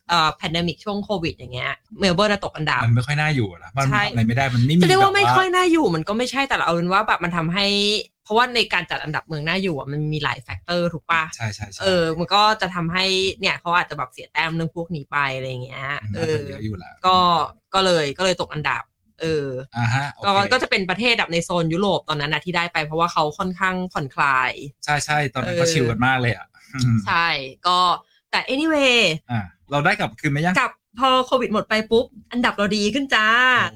S2: เอ่อแพนดมิกช่วงโควิด อย่างเงี้ยเมลเบิร์นอะตกอันดับ
S3: มันไม่ค่อยน่าอยู่นะมัน
S2: ใช่
S3: ทำอะไรไม่ได้มันไม่มี
S2: จะเรียกว่าไม่
S3: แบบ
S2: ค่อยน่าอยู่มันก็ไม่ใช่แต่เราเอาเป็นว่าแบบมันทำให้ เพราะว่าในการจัดอันดับเมืองน่าอยู่อะมันมีหลายแฟกเตอร์ถูกปะ
S3: ใช่ใช่ใช่
S2: เออ มันก็จะทำให้เนี่ยเขาอาจจะแบบเสียแต้มเรื่องพวกนี้ไปอะไรอย่างเงี้ย
S3: มัน
S2: เอ
S3: น่า
S2: อ
S3: จะเยอะอยู่แหละ
S2: ก็ก็เลยก็เลยตกอันดับ เออ
S3: อ่าฮะโอ
S2: ก็
S3: เค
S2: ก็จะเป็นประเทศดับในโซนยุโรปตอนนั้นนะที่ได้ไป เพราะว่าเขาค่อนข้างผ่อนคลาย
S3: ใช่ใช่ตอนนั้น
S2: เออ
S3: ก็ชิลกันมากเลยอ่ะอืม
S2: ใช่ก็แต่ anyway
S3: อ่าเราได้กลับคืนไหมยัง
S2: กลับพอโควิดหมดไปปุ๊บ อันดับเราดีขึ้นจ้า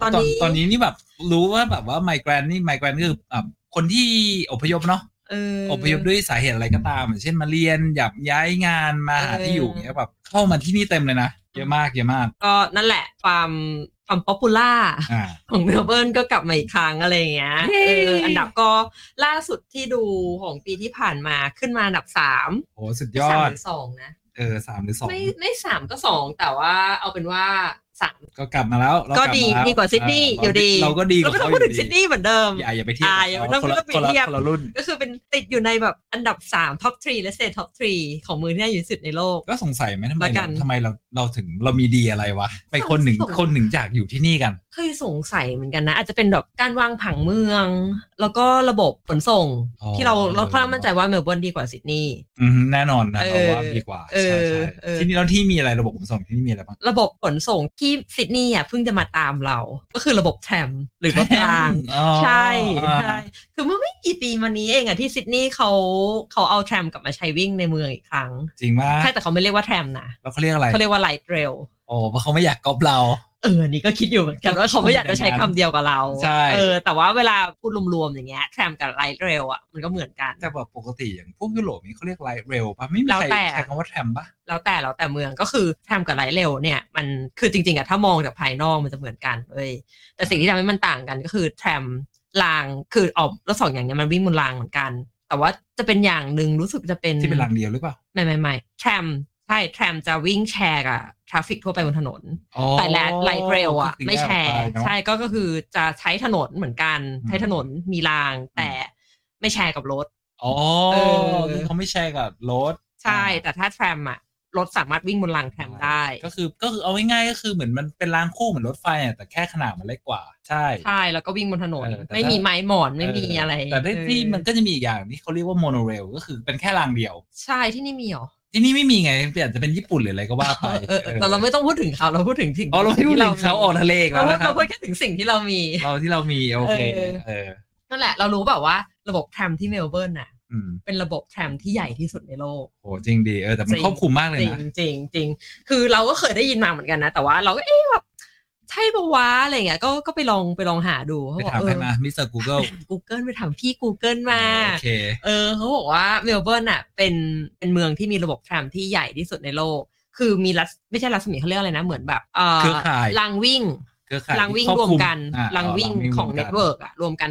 S2: ตอนนี้
S3: ตอนนี้นี่แบบรู้ว่าแบบว่าไมเกรนนี่ไมเกรนคืออ่ะคนที่อพยพเนาะ
S2: เออ
S3: อพยพด้วยสาเหตุอะไรก็ตามอย่างเช่นมาเรียนอยากย้ายงานมาหาที่อยู่เนี้ยแบบเข้ามาที่นี่เต็มเลยนะเยอะมากเยอะมาก
S2: ก็นั่นแหละความความป๊อปปูล่า
S3: อ่า
S2: ของเมลเบิร์นก็กลับมาอีกครั้งอะไรอย่างเงี้ย
S3: เย้
S2: เอออันดับก็ล่าสุดที่ดูของปีที่ผ่านมาขึ้นมาอันดับสาม
S3: โหสุดยอ
S2: สาม
S3: ด
S2: หรือสองนะ
S3: เออสามหรือสอง
S2: ไม่ไม่สามก็สองแต่ว่าเอาเป็นว่าสาม
S3: ก็กลับมาแล้วเรา
S2: ก็
S3: ลับ
S2: ดี
S3: มาแล้
S2: ดีกว่าซิดนีย์
S3: า
S2: อยู่ดี
S3: เราก็ดีก
S2: เรา
S3: ว่า
S2: ไม่ต้อ
S3: เขา
S2: ง
S3: อ
S2: พูด
S3: ยู่
S2: ถึง
S3: ดี
S2: ซิดนีย์เหมือนเดิม
S3: อย่าอย่าไปเทียบ
S2: อ่า
S3: กับ
S2: อย่าไป
S3: เขา
S2: ต้อง
S3: คนละ
S2: เทียบ
S3: คนละ
S2: เทียบ
S3: คนละรุ่น
S2: ก็คือเป็นติดอยู่ในแบบอันดับสามท็อปทรีและเซท็อปทรีของมือที่น่าอยู่ที่สุดในโลก
S3: ก็สงสัยไหมทำไม
S2: ละกั
S3: เรา
S2: น
S3: ทำไมเราเราถึงเรามีดีอะไรวะไปคนหนึ่
S2: ส
S3: ง
S2: งสัย
S3: คนหนึ่งอยากอยู่ที่นี่กัน
S2: เคยสงสัยเหมือนกันนะ อาจจะเป็นแบบการวางผังเมือง แล้วก็ระบบขนส่ง
S3: อ๋อ
S2: ที่เราเราค่อนข้างมั่นใจว่าเมลเบิร์นดีกว่าซิดนีย์
S3: อืมแน่นอนนะ
S2: เออ
S3: เราว่าดีกว่า
S2: เออ
S3: ใช่ใช่
S2: เออ
S3: ที่นี่แล้วที่มีอะไรระบบขนส่งที่นี่มีอะไรบ้าง
S2: ระบบขนส่งที่ซิดนีย์อ่ะเพิ่งจะมาตามเรา ก็คือระบบแทรมหรือรถราง
S3: อ๋อ
S2: ใช่
S3: อ่า
S2: ใช่ คือเมื่อไม่กี่ปีมานี้เองอ่ะที่ซิดนีย์เขาเขาเอาแทรมกลับมาใช้วิ่งในเมืองอีกครั้ง
S3: จริงว่า
S2: ใช่แต่เขาไม่เรียกว่าแทรมนะ
S3: แล้วเขาเรียกอะไร
S2: เขาเรียกว่าไลท์เรล
S3: โอ้เพราะเขาไม่อยากก๊อปเรา
S2: เออ นี่ก็คิดอยู่เหมือนกันว่าเขาไม่อยากจะใช้คำเดียวกับเรา
S3: ใช่
S2: เออ แต่ว่าเวลาพูดรวมๆอย่างเงี้ยแทรมกับไลท์เรลอ่ะมันก็เหมือนกัน
S3: แต่แบบปกติอย่างพวกยุโรปนี่เขาเรียกไลท์เรลปะไม่มี
S2: แล้ว
S3: ใคร
S2: แต่
S3: ใช้คำว่าแทรมปะ
S2: แล้วแต่แล้วแต่เมืองก็คือแทรมกับไลท์เรลเนี่ยมันคือจริงๆอะถ้ามองจากภายนอกมันจะเหมือนกันเลยแต่สิ่งที่ทำให้มันต่างกันก็คือแทรมรางคือออกรถสองอย่างเนี้ยมันวิ่งบนรางเหมือนกัน แต่ว่าจะเป็นอย่างหนึ่งรู้สึกจะเป็น
S3: ที่เป็นรางเดียวหรือเปล่า
S2: ไม่ไม่ไม่แทรมใช่แทรมจะวิ่งแชร์กับทราฟิกทั่วไปบนถนน
S3: อ๋อ
S2: แต่แลนไลท์เรลอะ
S3: ก็คือ
S2: ไม่แชร์
S3: ยกออกไปเนอะ
S2: ใช่ก็ก็คือจะใช้ถนนเหมือนกัน
S3: อืม
S2: ใช้ถนนมีรางแต่ไม่แชร์กับรถ
S3: อ๋อ
S2: เออ
S3: คือเขาไม่แชร์กับรถ
S2: ใช่ แต่ถ้าแทรมอะ รถสามารถวิ่งบนรางแคมได้
S3: ก็คือก็คือเอาง่ายๆก็คือเหมือนมันเป็นรางคู่เหมือนรถไฟอะแต่แค่ขนาดมันเล็กกว่า ใช่
S2: ใช่ แล้วก็วิ่งบนถนน
S3: เออแต่
S2: ไม่มี
S3: ถ้า
S2: ไม้หมอนไม่มีอะไร
S3: แต่ได้ที่
S2: เออ
S3: มันก็จะมีอีกอย่างที่เขาเรียกว่าโมโนเรลก็คือเป็นแค่รางเดียว
S2: ใช่ที่นี่มีเหรอ
S3: ที่นี่ไม่มีไงอาจจะเป็นญี่ปุ่นหรืออะไรก็ว่าไป
S2: เออเอ อแต่เราไม่ต้องพูดถึงเขาเราพูดถึงสิ่ง
S3: อ๋อเราไม่พูดถึงเขาออกทะเลอีก
S2: เรา
S3: แล้
S2: พูด
S3: วนะครั
S2: เรา
S3: บ
S2: พูดแค่ถึงสิ่งที่เรามี
S3: เราที่เรามีโอเค
S2: เออ
S3: เออ
S2: นั่นแหละเรารู้แบบว่าระบบแทรมที่เมลเบิร์นน่ะ
S3: อืม
S2: เป็นระบบแทรมที่ใหญ่ที่สุดในโลก
S3: โหจริงดีเออแต่มัน
S2: จริง
S3: ครอบคลุมมากเลย
S2: จริง
S3: นะ
S2: จริงจริงคือเราก็เคยได้ยินมาเหมือนกันนะ แต่ว่าเราก็เอ๊ะแบบใช่ปะวะอะไรเงี้ยก็ก็ไปลองไปลองหาดูเขา
S3: ไป
S2: บอก
S3: ถาม
S2: เอ
S3: ใคร
S2: อ
S3: มามิสเตอร์กูเกิล
S2: Google ไปถามพี่ Google มา
S3: โอเค
S2: เออเขาบอกว่าเมลเบิร์นอ่ะเป็นเป็นเมืองที่มีระบบแทรมที่ใหญ่ที่สุดในโลก คือมีรัศไม่ใช่รัศมีเขาเรียกอะไรนะเหมือนแบบเอ
S3: เครือข่าย
S2: รางวิ่ง
S3: เครือข่าย
S2: รางวิ่ง
S3: คอบ
S2: รวม
S3: คลุ
S2: กัน
S3: อ่ะ
S2: รางวิ่ง
S3: ร
S2: ของ
S3: ม
S2: เน็ตเวิร์กอ่ะรวมกัน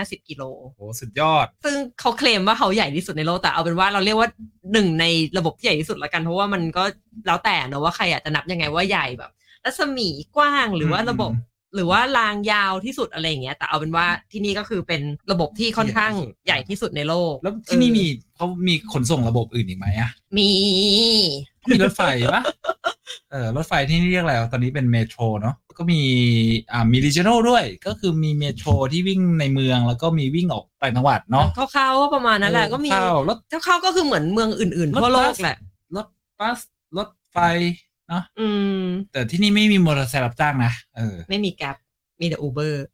S2: 250 กิโล
S3: โหสุดยอด
S2: ซึ่งเขาเคลมว่าเขาใหญ่ที่สุดในโลกแต่เอาเป็นว่าเราเรียกว่าหนึ่งในระบบที่ใหญ่ที่สุดละกัน เพราะว่ามันก็แล้วแต่เนอะว่าใครอยากจะนับยังไงว่าใหญ่แบบ รัศมีกว้างหรือว่าระบบ หรือว่ารางยาวที่สุดอะไรอย่างเงี้ย แต่เอาเป็นว่าที่นี่ก็คือเป็นระบบที่ค่อนข้าง
S3: ให
S2: ให
S3: ญ่
S2: ญ่
S3: ที่
S2: ที่สุ
S3: สุด
S2: ดในโลก
S3: แล้วที่นี่
S2: เออ
S3: มีเขามีขนส่งระบบอื่นอีกไหมอ่ะ
S2: มี
S3: มีรถไฟปะเออรถไฟที่นี่เรียกอะไรวะตอนนี้เป็นเมโทรเนาะก็มีอ่ามีดิจิทัลด้วย ก็คือมีเมโทรที่วิ่งในเมืองแล้วก็มีวิ่งออกต่างจังหวัดเนาะ
S2: คร่าวๆก็ประมาณนั้นแหละก็มี
S3: ข้าวรถ
S2: คร่าวๆก็คือเหมือนเมืองอื่นๆ
S3: รถบัส
S2: ทั่วโลกแหละ
S3: รถบัสรถไฟเนาะ
S2: อืม
S3: แต่ที่นี่ไม่มีมอเตอร์ไซค์รับจ้างนะเออ
S2: ไม่มีแกร็บมีแต่อูเบอร์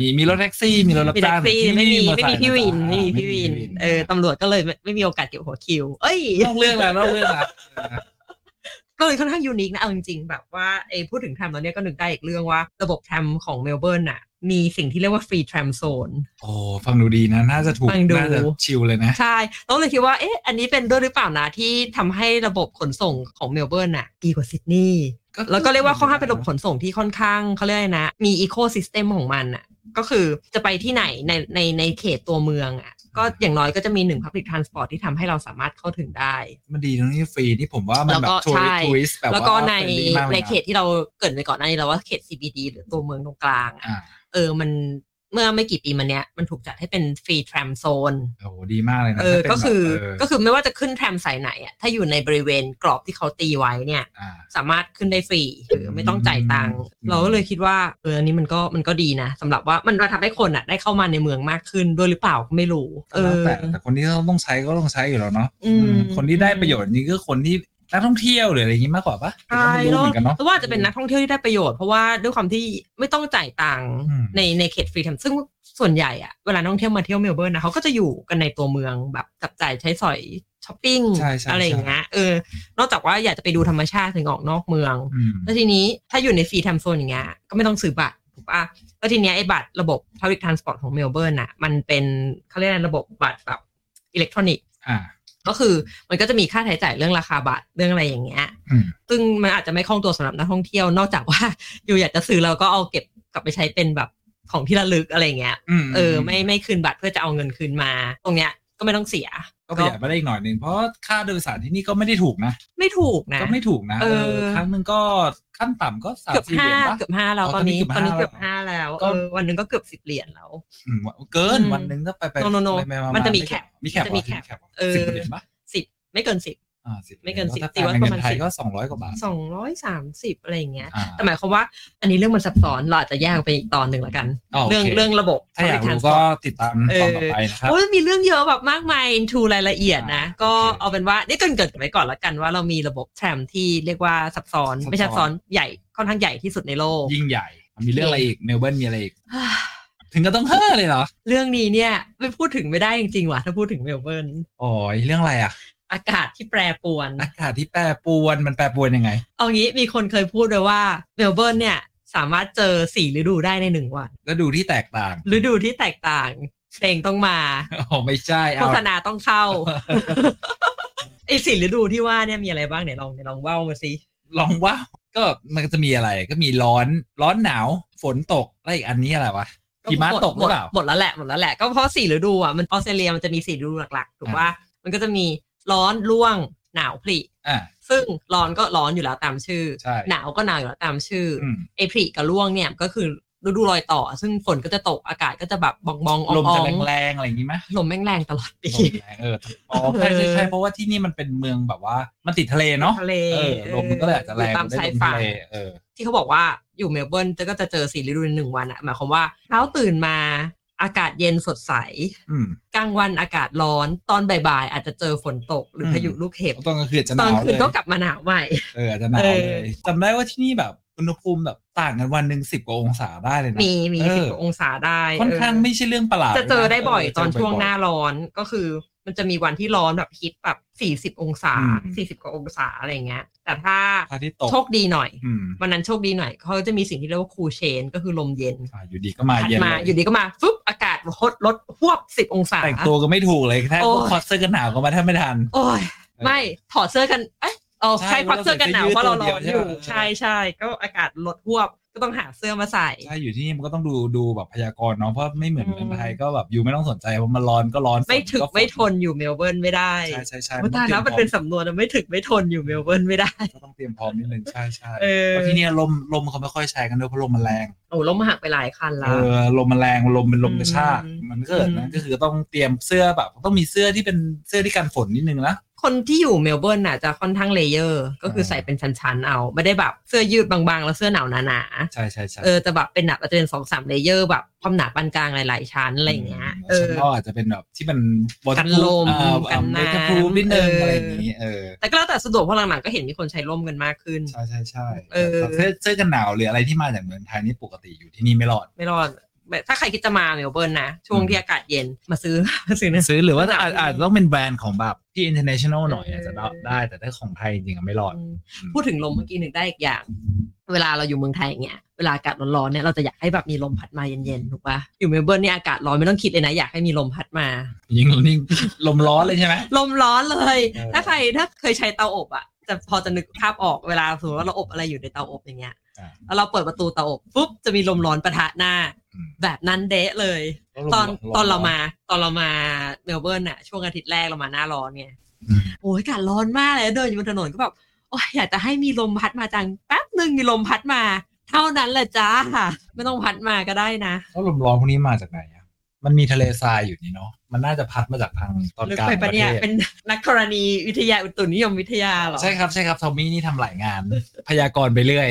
S3: มีมีมีรถแท็กซี่ มีรถรับ
S2: มีแท็
S3: จ้าก ง
S2: ซี่
S3: แต่
S2: ไม่มี
S3: ที่
S2: ไม่
S3: นี่
S2: มีพี่วิน ไม่มีพี่วิน
S3: ไม่มี
S2: เออตำรวจก็เลยไม่ไม่มีโอกาสเก็บหัวคิว เอ้ย
S3: นอกเรื่องแล้วนอกเรื่องแล้วเออ
S2: ก็เลยค่อนข้างยูนิคนะเอาจริงๆแบบว่าไอ้พูดถึงแทรมแล้วเนี่ยก็นึกได้อีกเรื่องว่า ระบบแทรมของเมลเบิร์นน่ะ มีสิ่งที่เรียกว่าฟรีแทรมโซน
S3: โอ้ฟังดูดีนะ น่าจะถูก
S2: ฟังดู
S3: น่าจะชิลเลยนะ
S2: ใช่ต้องเลยคิดว่าเอ๊ะอันนี้เป็นด้วยหรือเปล่านะที่ทำให้ระบบขนส่งของเมลเบิร์นน่ะดีกว่าซิดนีย์ แล้วก็เรียกว่าข้อห้ามเป็นระบบขนส่งที่ค่อนข้างเขาเรียกอะไรนะ มีอีโค y ิสเต็มของมันอ่ะ ก็คือจะไปที่ไหนในในในเขตตัวเมืองอ่ะ ก็อย่างน้อยก็จะมีหนึ่ง Public Transport ที่ทำให้เราสามารถเข้าถึงได้
S3: มันดีตรงที่ฟรีนี่ผมว่ามัน
S2: แล้ว
S3: แบ
S2: ก็
S3: บทัว
S2: ใช่
S3: ริสทัวริสแบบ
S2: แล้วก็
S3: ว่า
S2: ใน
S3: friendly มากลย
S2: ใน
S3: นะ
S2: เขตที่เราเกริดไปก่อนหน้านี้แล้วว่าเขต CBD หรือตัวเมืองตรงกลางอะ
S3: อ่า
S2: เออมันเมื่อไม่กี่ปีมาเนี้ยมันถูกจัดให้เป็นฟรีแทรมโซน
S3: โอ้โหดีมากเลยนะ
S2: เออ
S3: ถ้าป็น
S2: ก็คือ
S3: แบบเ
S2: ก็คือไม่ว่าจะขึ้นแทรมสายไหนอ่ะ ถ้าอยู่ในบริเวณกรอบที่เขาตีไว้เนี่ย
S3: อ่า
S2: สามารถขึ้นได้ฟรีหรือไม่ต้องจ่ายตังค์
S3: อืม
S2: เราก็เลยคิดว่าเอออันนี้มันก็มันก็ดีนะสำหรับว่ามันมาทำให้คนอ่ะ ได้เข้ามาในเมืองมากขึ้นด้วยหรือเปล่าก็ไม่รู้ เอ
S3: แล้ว
S2: อ
S3: แต่แต่คนที่ต้องใช้ก็ต้องใช้อยู่แล้วเนาะ
S2: อืม
S3: อืมคนที่ได้ประโยชน์นี่ก็คนที่นักท่องเที่ยวหรืออะไรอย่างนี้มากกว่าปะ
S2: ใช่
S3: ผมก็ไม่รู้เหมือนกันเนาะ
S2: เพราะว่าจะเป็นนักท่องเที่ยวที่ได้ประโยชน์เพราะว่าด้วยความที่ไม่ต้องจ่ายตังค์
S3: อืม
S2: ในในเขตฟรีทัมซึ่งส่วนใหญ่อ่ะเวลานักท่องเที่ยวมาเที่ยวเมลเบิร์นนะเขาก็จะอยู่กันในตัวเมืองแบบจับจ่ายใช้สอยช้อปปิ้ง
S3: ใช่ใช่
S2: อะไรอย่างเงี้ยเออนอกจากว่าอยากจะไปดูธรรมชาติถึงออกนอกเมือง
S3: อืม
S2: แล้วทีนี้ถ้าอยู่ในฟรีไทม์โซนอย่างเงี้ยก็ไม่ต้องซื้อบัตรถูกปะแล้วทีเนี้ยไอ้บัตรระบบ Public Transport ของเมลเบิร์นน่ะมันเป็นเขาเรียกอะไรระบบบัตรแบบอิเล็กทรอนิกส์
S3: อ่า
S2: ก็คือมันก็จะมีค่าใช้จ่ายเรื่องราคาบัตรเรื่องอะไรอย่างเงี้ย
S3: อืม
S2: ซึ่งมันอาจจะไม่คล่องตัวสำหรับนักท่องเที่ยวนอกจากว่า อยู่อยากจะซื้อแล้วก็เอาเก็บกลับไปใช้เป็นแบบของที่ระลึกอะไรเงี้ย
S3: ม
S2: เออไม่ไม่คืนบัตรเพื่อจะเอาเงินคืนมา ตรงเนี้ยก็ไม่ต้องเสีย
S3: ก็ประหยัดไปได้อีกหน่อยหนึ่งเพราะค่าโดยสารที่นี่ก็ไม่ได้ถูกนะ
S2: ไม่ถูกนะ
S3: ก็ไม่ถูกนะ
S2: เออ
S3: ครั้งหนึ่งก็ขั้นต่ำก็สาม
S2: เกือบ
S3: สี่เห
S2: ห้า
S3: รียญปะ
S2: เกือบห้าแล้ว
S3: อ๋อ
S2: ตอนนี้
S3: ต
S2: ต
S3: อ
S2: อน น
S3: นี้
S2: นี้
S3: เกื
S2: เกื
S3: อ
S2: อ
S3: บบ ห้า
S2: ห้าแล้ว
S3: ก็
S2: เออวันหนึงก็เกือบสิบเหรียญแล้ว
S3: อืมเกิน
S2: อืม
S3: วันหนึงก็ไปไป
S2: โนโนโน
S3: ไปไป
S2: มันจะมี
S3: ไ
S2: แคป
S3: มีแคป
S2: มันจะมี
S3: เหรอ
S2: แคป
S3: มี
S2: เอ
S3: สิบ
S2: อ
S3: เหรียญปะ
S2: สิบไม่เกินสิบ
S3: อ่าสิบ
S2: ไม่เกิน
S3: หรียญ
S2: สิบ
S3: แล้ว
S2: ตีว่า
S3: ถ้แปลเป็น
S2: ประมาณ
S3: เงินไทย
S2: สิบ
S3: ก็สองร้อยกว่าบาท
S2: สองร้อยสามสิบอะไรอย่างเงี้ย
S3: อ่า
S2: แต่หมายความว่าอันนี้เรื่องมันซับซ้อนเราอาจจะแยกไปอีกตอนหนึ่งละกัน
S3: อ๋อโอเค
S2: เรื่องเรื่องระบบ
S3: ถ้าอยาก
S2: public
S3: รู้
S2: transport
S3: ก็ติดตามตอนต่อไปนะครับ
S2: โอ้ยมีเรื่องเยอะแบบมากมาย into รายละเอียดนะ
S3: อ่า
S2: ก็
S3: โอเค
S2: เอาเป็นว่านี่เกรินเกิดไว้ก่อนละกันว่าเรามีระบบแทรมที่เรียกว่าซับซ้อน
S3: ซับซ้อน
S2: ไม่ใช่ซับซ้อนใหญ่ค่อนข้างใหญ่ที่สุดในโลก
S3: ยิ่งใหญ่ มีเรื่องอะไรอีกเมลเบิร์นมีอะไรอีก ถึงก็ต้องเฮ้อเลยเหรอ
S2: เรื่องนี้เนี่ยไม่พูดถึงไม่ได้จริงๆว่ะถ้าพูดถึงเมลเบิร์น
S3: อ๋อยเรื่องอะไรอ่ะ
S2: อากาศที่แปรปรวน
S3: อากาศที่แปรปรวนมันแปรปรวนยังไง
S2: เอางี้มีคนเคยพูดเลยว่าเมลเบิร์นเนี่ยสามารถเจอสี่ฤดูได้ในหนึ่งวัน
S3: แล้วดูที่แตกต่าง
S2: ฤดูที่แตกต่างเพลงต้องมา
S3: อ๋อไม่ใช่
S2: โฆ
S3: เอา
S2: ษณาต้อง เข้า ไอ้สี่ฤดูที่ว่าเนี่ยมีอะไรบ้างเนี่ยลองเนี่ยลองเว้ามาสิ
S3: ลองว่าก็มันจะมีอะไรก็มีร้อนร้อนหนาวฝนตกแล้วอีกอันนี้อะไรวะหิมะตกหรือเปล่า
S2: หมดแล้วแหละหมดแล้วแหละก็เพราะสี่ฤดูอ่ะมันออสเตรเลียมันจะมีสี่ฤดูหลักๆถูกว่ามันก็จะมีร้อนร่วงหนาวผลิ
S3: อ่า
S2: ซึ่งร้อนก็ร้อนอยู่แล้วตามชื่อ
S3: ใช่
S2: หนาวก็หนาวอยู่แล้วตามชื่ออ
S3: อืม
S2: ไอ้ผลิกับร่วงเนี่ยก็คือ ฤดูรอยต่อ ซึ่งฝนก็จะตกอากาศก็จะแบบบองบองๆอ่
S3: ลม
S2: อ
S3: จะ
S2: งๆ
S3: แรงๆอะไรอย่างนี้ไหม
S2: ลมแม่งแรงตลอดปี
S3: ลมแรงเอออ๋อใช่ใช่ใช่เพราะว่าที่นี่มันเป็นเมืองแบบว่า มันติดทะเลเนาะ
S2: ทะเล
S3: เออลมมันก็เลยอาจจะแรง
S2: ตาม
S3: ได้
S2: ชาย
S3: ลม
S2: ฝั่
S3: ทะ
S2: ง
S3: เลเออ
S2: ที่เขาบอกว่าอยู่เมลเบิร์นก็จะเจอสี่ฤดูในหนึ่งวันอะหมายความว่าเช้าตื่นมาอากาศเย็นสดใส
S3: อืม
S2: กลางวันอากาศร้อนตอนบ่ายๆอาจจะเจอฝนตกหรือ
S3: ม
S2: พายุลูกเห็บ
S3: ตอนกลางคืนจะห
S2: ตอน
S3: นาว
S2: คื
S3: เล
S2: น
S3: ย
S2: ก็กลับมาหนาวใหม่
S3: เอออาจจะหนาวเล
S2: เออ
S3: ยจำได้ว่าที่นี่แบบอุณหภูมิแบบต่างกันวันหนึ่งสิบกว่าองศาได้เลยนะ
S2: มีมี
S3: เออ
S2: สิบองศาได้
S3: ค่อนข้าง
S2: เออ
S3: ไม่ใช่เรื่องประหลาด
S2: จะเจอได้บ่อยตอนช่วงหน้า
S3: เจอบ่อย
S2: ร้อนก็คือ มันจะมีวันที่ร้อนแบบฮิตแบบสี่สิบ40 องศา
S3: อืม
S2: สี่สิบกว่าองศาอะไรอย่างเงี้ย แต่ถ้า
S3: พระอาทิตย์ตก
S2: โชคดีหน่อย
S3: อืม
S2: วันนั้นโชคดีหน่อยเขาจะมีสิ่งที่เรียกว่าคูลเชน ก็คือลมเย็น
S3: อ่ะอยู่ดีก็มา
S2: พัด
S3: เย็น
S2: มา
S3: เล
S2: อยู่ดีก็มาฟึบอากาศลดลดหวบสิบองศา
S3: แต่งตัวก็ไม่ถูกเลยแค่
S2: โอ้ย
S3: คอสเสื้อกันหนาวก็มาแทบไม่ทัน
S2: โอ้ย ไม่ถอดเสื้อกัน เอ้ยเอา
S3: ใช่
S2: ใช่พักเสื้อกันหนาวเพราะเราร้อนอยู่
S3: ใช่
S2: ใช่ใช่ก็อากาศลดหวบก็ต้องหาเสื้อมาใส่
S3: ใช่อยู่ที่นี่มันก็ต้องดูดูแบบพยากรณ์เนาะเพราะไม่เหมือน
S2: อืม
S3: เมืองไทยก็แบบอยู่ไม่ต้องสนใจเพราะมันร้อนก็ร้อนฝน
S2: ไม่ถึก
S3: ฝ
S2: ไม่ทนอยู่เมลเบิร์นไม่ได้
S3: ใช่ใช่ใช่
S2: ว่าตายแล้ว
S3: ต้
S2: มั
S3: อง
S2: น
S3: ตรี
S2: เป็
S3: ย
S2: น
S3: พร้อ
S2: สำนวนนะไม่ถึกไม่ทนอยู่เมลเบิร์นไม่ได้
S3: ก็ต้องเตรียมพร้อมนิดนึงใช่ใช่
S2: เออ
S3: เพราะที่เนี่ยลมลมเขาไม่ค่อยใช้กันด้วยเพราะลมมันแรง
S2: โอ้ล้มหักไปหลายคัน
S3: เอ
S2: แล้ว
S3: อลมมันแรงลมเป็นลมกระชาก
S2: อืม
S3: มันเกิดนะ
S2: อืม
S3: ก็คือต้องเตรียมเสื้อแบบต้องมีเสื้อที่เป็นเสื้อที่กันฝนนิดนึงนะ
S2: คนที่อยู่เมลเบิร์นน่ะจะค่อนข้างเลเยอร์ ก็คือ
S3: เออ
S2: ใส่เป็นชั้นๆเอาไม่ได้แบบเสื้อยืดบางๆ แล้วเสื้อหนาวหนาๆ
S3: ใช่ใช่ใช่
S2: เออแต่แบบเป็นหนาอาจจะเป็นสองสามเลเยอร์แบบความหนาปานกลางหลาย ๆ ชั้นอะไรอย่างเงี้ยเออ
S3: ชั้นนอกอาจจะเป็นแบบที่มัน
S2: กันลม
S3: waterproof
S2: กันน้ำ
S3: อ่าพูนิดนึง
S2: เอออ
S3: อะไรอย่างนี้เออ
S2: แต่ก็แล้วแต่สะดวกเพราะหลังๆก็เห็นมีคนใช้ร่มกันมากขึ้น
S3: ใช่ใช่ใช่
S2: เออ
S3: แต่เสื้อเสื้อกันหนาวหรืออะไรที่มาจากเมืองไทยนี่ปกติอยู่ที่นี่ไม่รอด
S2: ไม่รอดแบบถ้าใครคิดจะมาเมลเบิร์นนะ ช่วงที่อากาศเย็นมาซื้อ มาซื้อนะ
S3: ซื้อหรือว่า
S2: ขนาดนี้
S3: อาจอาจต้องเป็นแบรนด์ของแบบที่ international หน่อย
S2: เอออ
S3: อาจจะได้ แต่ถ้าของไทยจริงๆอะไม่รอด
S2: พูดถึงลมเมื่อกี้หนึ่งได้อีกอย่าง เวลาเราอยู่เมืองไทยอย่างเงี้ยเวลาอากาศร้อนๆเนี่ยเราจะอยากให้แบบมีลมพัดมาเย็นๆถูกปะอยู่เมลเบิร์นเนี่ยอากาศร้อนไม่ต้องคิดเลยนะอยากให้มีลมพัดมา
S3: ยิ่งยิ่ง ลมร้อนเลยใช่ไหม
S2: ลมร้อนเลย
S3: เออ
S2: ถ้าใครถ้าเคยใช้เตาอบอ่ะจะพอจะนึกภาพออกเวลาสมมติว่าเราอบอะไรอยู่ในเตาอบอย่างเงี้ย
S3: อ่ะ
S2: แล้วเราเปิดประตูเตาอบปุ๊บจะมีลมร้อนปะทะหน้า
S3: อืม
S2: แบบนั้นเดะเลย
S3: แล้วลม
S2: ตอน
S3: ร้
S2: ตอนเรามาตอนเรามาเมลเบิร์นอะช่วงอาทิตย์แรกเรามาหน้าร้อนไง
S3: อืม
S2: โอ้ยอากาศร้อนมากเลยเดินอยู่บนถนนก็แบบโอ้ยอยากจะให้มีลมพัดมาจังแป๊บหนึ่งมีลมพัดมา เท่านั้นแหละจ้าไม่ต้องพัดมาก็ได้นะ
S3: แล้วลมร้อนพวกนี้มาจากไหนอ่ะมันมีทะเลทรายอยู่นี่เนาะมันน่าจะพัดมาจากทางตอน
S2: ลึก
S3: กลาง
S2: ไป
S3: ป
S2: ปะ
S3: ระเท
S2: เนี่ย
S3: ศ
S2: เป็นนักธรณีวิทยาอุตุนิยมวิทยาเหรอ
S3: ใช่ครับใช่ครับทอมมี่นี่ทำหลายงาน พยากรณ์ไปเรื่อย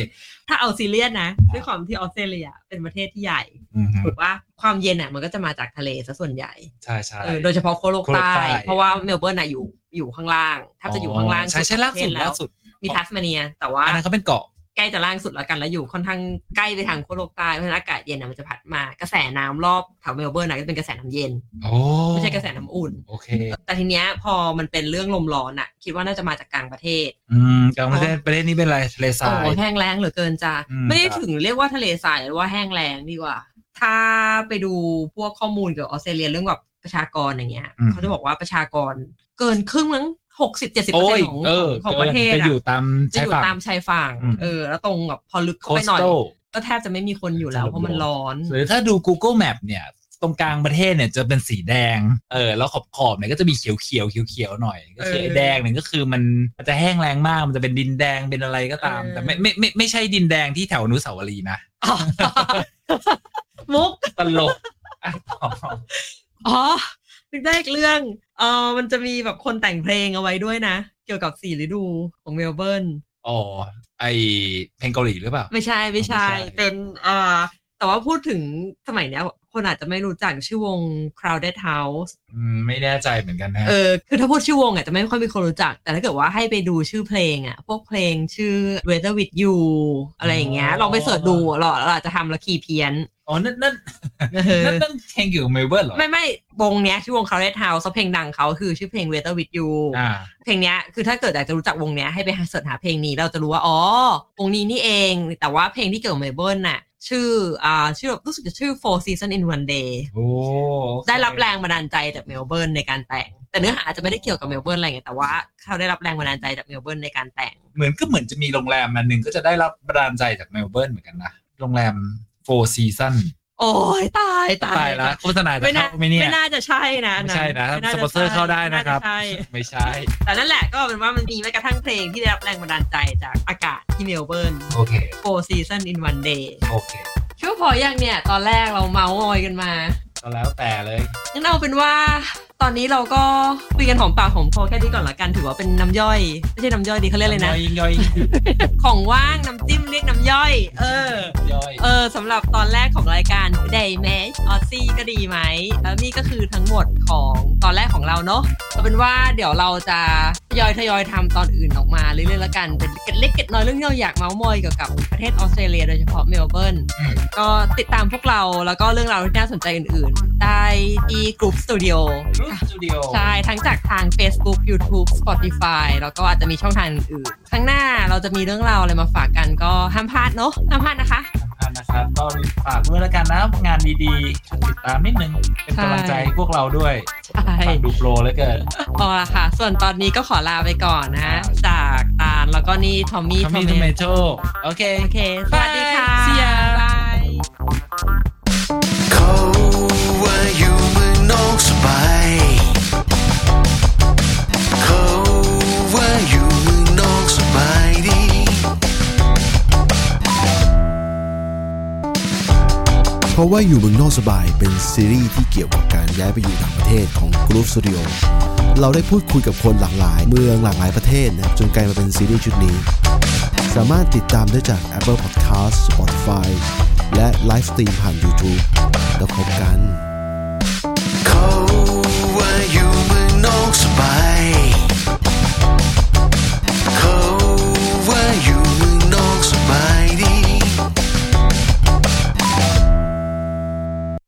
S2: ถ้าเอาซีเรียสนะด้วยความที่ออสเตรเลียเป็นประเทศที่ใหญ่
S3: อืม
S2: ถูกว่าความเย็นอะมันก็จะมาจากทะเลซะส่วนใหญ่
S3: ใช่ใช่
S2: เออโดยเฉพาะโคโลกใต้
S3: โคโลกใต้
S2: เพราะว่าเมลเบิร์นอะอยู่อยู่ข้างล่างแทบจะอยู่ข้างล่าง
S3: ใช่ใช่ล่าสุด
S2: แว
S3: ล่าสุด
S2: มีทัสมาเนีย แต่ว่า
S3: อันนั้นเขาเป็นเกาะ
S2: ใกล้จะล่างสุดแล้วกันแล้วอยู่ค่อนข้างใกล้ไปทางขั้วโลกใต้เพราะฉะนั้นอากาศเย็นนะมันจะพัดมากระแสน้ำรอบแถวเมลเบิร์นนะก็จะเป็นกระแสน้ำเย็น
S3: โอ้
S2: ไม่ใช่กระแสน้ำอุ่น
S3: โอเค
S2: แต่ทีเนี้ยพอมันเป็นเรื่องลมร้อนอะคิดว่าน่าจะมาจากกลางประเทศ
S3: อืมกลางประเทศประเทศนี้เป็นอะไรทะเลทรา
S2: โอ้
S3: ย
S2: โหแห้งแล้งเหลือเกินจ้า
S3: อืม
S2: ไม่ได้ถึงเรียกว่าทะเลทรายหรือว่าแห้งแล้งดีกว่า ถ้าไปดูพวกข้อมูลเกี่ยวกับออสเตรเลียเรื่องแบบประชากรอย่างเงี้ยเขาจะบอกว่าประชากรเกินครึ่งมั้งหกสิบเจ็ดสิบเปอร์
S3: โอ้
S2: เซ็น
S3: ย
S2: ต์ของ
S3: เออ
S2: ของประเทศ
S3: จะ
S2: อะ
S3: อยู่ตาม
S2: จะ
S3: ชา
S2: อย ยู่
S3: ฝั่ง
S2: ตามชายฝั่ง
S3: อืม
S2: เออ แล้วตรงแบบพอลึก
S3: โค
S2: เข้าไป
S3: ส
S2: หน่อย
S3: โต
S2: ก็แทบจะไม่มีคนอยู่แล้วเพราะมันร้อน
S3: หรือถ้าดู Google Map เนี่ยตรงกลางประเทศเนี่ยจะเป็นสีแดง เออ แล้วขอบขอบเนี่ยก็จะมีเขียวเขียวเขียวเขียวๆหน่อย ก็คือ
S2: เออ
S3: ไอ้แดงเนี่ยก็คือมันมันจะแห้งแรงมาก มันจะเป็นดินแดงเป็นอะไรก็ตาม
S2: เออ
S3: แต่ไม่ไม่ไม่ไม่ใช่ดินแดงที่แถวอนุสาวรีย์นะ
S2: มุก
S3: ตลก อ่ะอ๋อ
S2: อ๋อนึกได้อีกเรื่องเออมันจะมีแบบคนแต่งเพลงเอาไว้ด้วยนะ เกี่ยวกับสี่ฤดูของเมลเบิร์น
S3: อ๋อไอเพลงเกาหลีหรือเปล่า
S2: ไม่ใช่ไม่ใช่
S3: ไม่ใช่
S2: เป็นเออแต่ว่าพูดถึงสมัยเนี้ย คนอาจจะไม่รู้จักชื่อวง Crowded House
S3: อืมไม่แน่ใจเหมือนกันนะ
S2: เออคือถ้าพูดชื่อวงอ่ะจะไม่ค่อยมีคนรู้จัก แต่ถ้าเกิดว่าให้ไปดูชื่อเพลงอ่ะ พวกเพลงชื่อ Weather with You อะไรอย่างเงี้ย
S3: อ๋อ
S2: ลองไปเสิร์ชดูเราเราอาจจะทำและคีย์เพี้ยน
S3: อ๋อนั่นนั่น นั่นนั่นเพลงอยู่เมลเบิร์นเหรอ
S2: ไม่ไม่วงเนี้ยชื่อวง Crowded House เพลงดังเขาคือชื่อเพลง Weather with You
S3: อ่า
S2: เพลงเนี้ยคือถ้าเกิดอยากจะรู้จักวงเนี้ยให้ไปหาเสิร์ชหาเพลงนี้เราจะรู้ว่า อ๋อ วงนี้นี่เอง แต่ว่าเพลงที่เกี่ยวกับเมลเบิร์นน่ะ ชื่ออ่าชื่อรู้สึกจะชื่อ Four Season in One Day
S3: โอ้โอเค
S2: ได้รับแรงบันดาลใจจากเมลเบิร์นในการแต่ง แต่เนื้อหาอาจจะไม่ได้เกี่ยวกับเมลเบิร์นอะไรไงแต่ว่าเขาได้รับแรงบันดาลใจจากเมลเบิร์นในการแต่ง
S3: เหมือนก็เหมือนจะมีโรงแรมอันหนึ่งก็จะได้รับแบรนดาลใจจากเมลเบิร์นเหมือนกันนะ โรงแรม Four Season
S2: โอ้ยตายตาย
S3: ตายแล้วโฆษณาจะ
S2: ไม่น่า
S3: เข้าไหม่เนี่ย
S2: ไม่น่าจะใช่นะ
S3: ไม่ใช่นะ
S2: ไม่าจ
S3: สปอนเซอร์เข้าได้นะครับ
S2: ไม่าจใช่
S3: ไม่ใช่
S2: แต่นั่นแหละก็เป็นว่ามันมีแม้กระทั่งเพลงที่ได้รับแรงบันดาลใจจากอากาศที่เมลเบิร์น
S3: โอเค
S2: Four Season in One Day
S3: โอเค
S2: ชื่อว่า ออย่างเนี่ย ตอนแรกเราเมาส์มอยกันมา
S3: ก็แล้วแต่เลย
S2: งั้นเอาเป็นว่า ตอนนี้เราก็คุยกันหอมปากหอมคอแค่นี้ก่อนละกัน ถือว่าเป็นน้ำย่อย ไม่ใช่น้ำย่อยดีเขาเรียกเลยนะ
S3: ย่อยย่อย
S2: ของว่างน้ำจิ้มเรียกน้ำย่อย เออ
S3: ย่อย
S2: เออสำหรับตอนแรกของรายการ Day Match ออซซี่ก็ดีไหมแล้วนี่ก็คือทั้งหมดของตอนแรกของเราเนอะเอาเป็นว่าเดี๋ยวเราจะทยอยทยอยทำตอนอื่นออกมาเรื่อยๆแล้วกัน เป็นเกร็ดเล็กเกร็ดน้อยเรื่องที่เราอยากเมาส์มอยเกี่ยวกับประเทศออสเตรเลียโดยเฉพาะเมลเบิร์น ก็ติดตามพวกเราแล้วก็เรื่องราวที่น่าสนใจอื่นๆ ได้ที่ Group Studio
S3: รูปสตูดิโอ
S2: ใช่ ทั้งจากทาง Facebook YouTube Spotify แล้วก็อาจจะมีช่องทางอื่นๆข้างหน้าเราจะมีเรื่องราวอะไรมาฝากกันก็ห้ามพลาดเนอะห้ามพลาดนะคะ
S3: อันนะครับก็ฝากด้วยแล้วกันนะงานดีๆช่วยติดตามนิดนึง เป็นกำลังใจให้พวกเราด้วย
S2: ใช่
S3: ฟังดูโปรเหลยเกิน
S2: พอละค่ะ ส่วนตอนนี้ก็ขอลาไปก่อนนะ จากตาลแล้วก็นี่ ทอมมี่
S3: ทอมมี่ทอมเมโตโอเค
S2: โอเค สวัสดีค่ะ
S3: See ya
S2: บาย
S4: เขาว่าอยู่เมืองนอกสบายเขาว่าอยู่เมืองนอกสบายดี
S5: เพราะว่าอยู่เมืองนอกสบายเป็นซีรีส์ที่เกี่ยวกับการย้ายไปอยู่ต่างประเทศของ Group Studio เราได้พูดคุยกับคนหลากหลาย เมืองหลากหลายประเทศนะครับจนกลายมาเป็นซีรีส์ชุดนี้ สามารถติดตามได้จาก Apple Podcast Spotify และไลฟ์สตรีมผ่าน YouTube แล้วพบกัน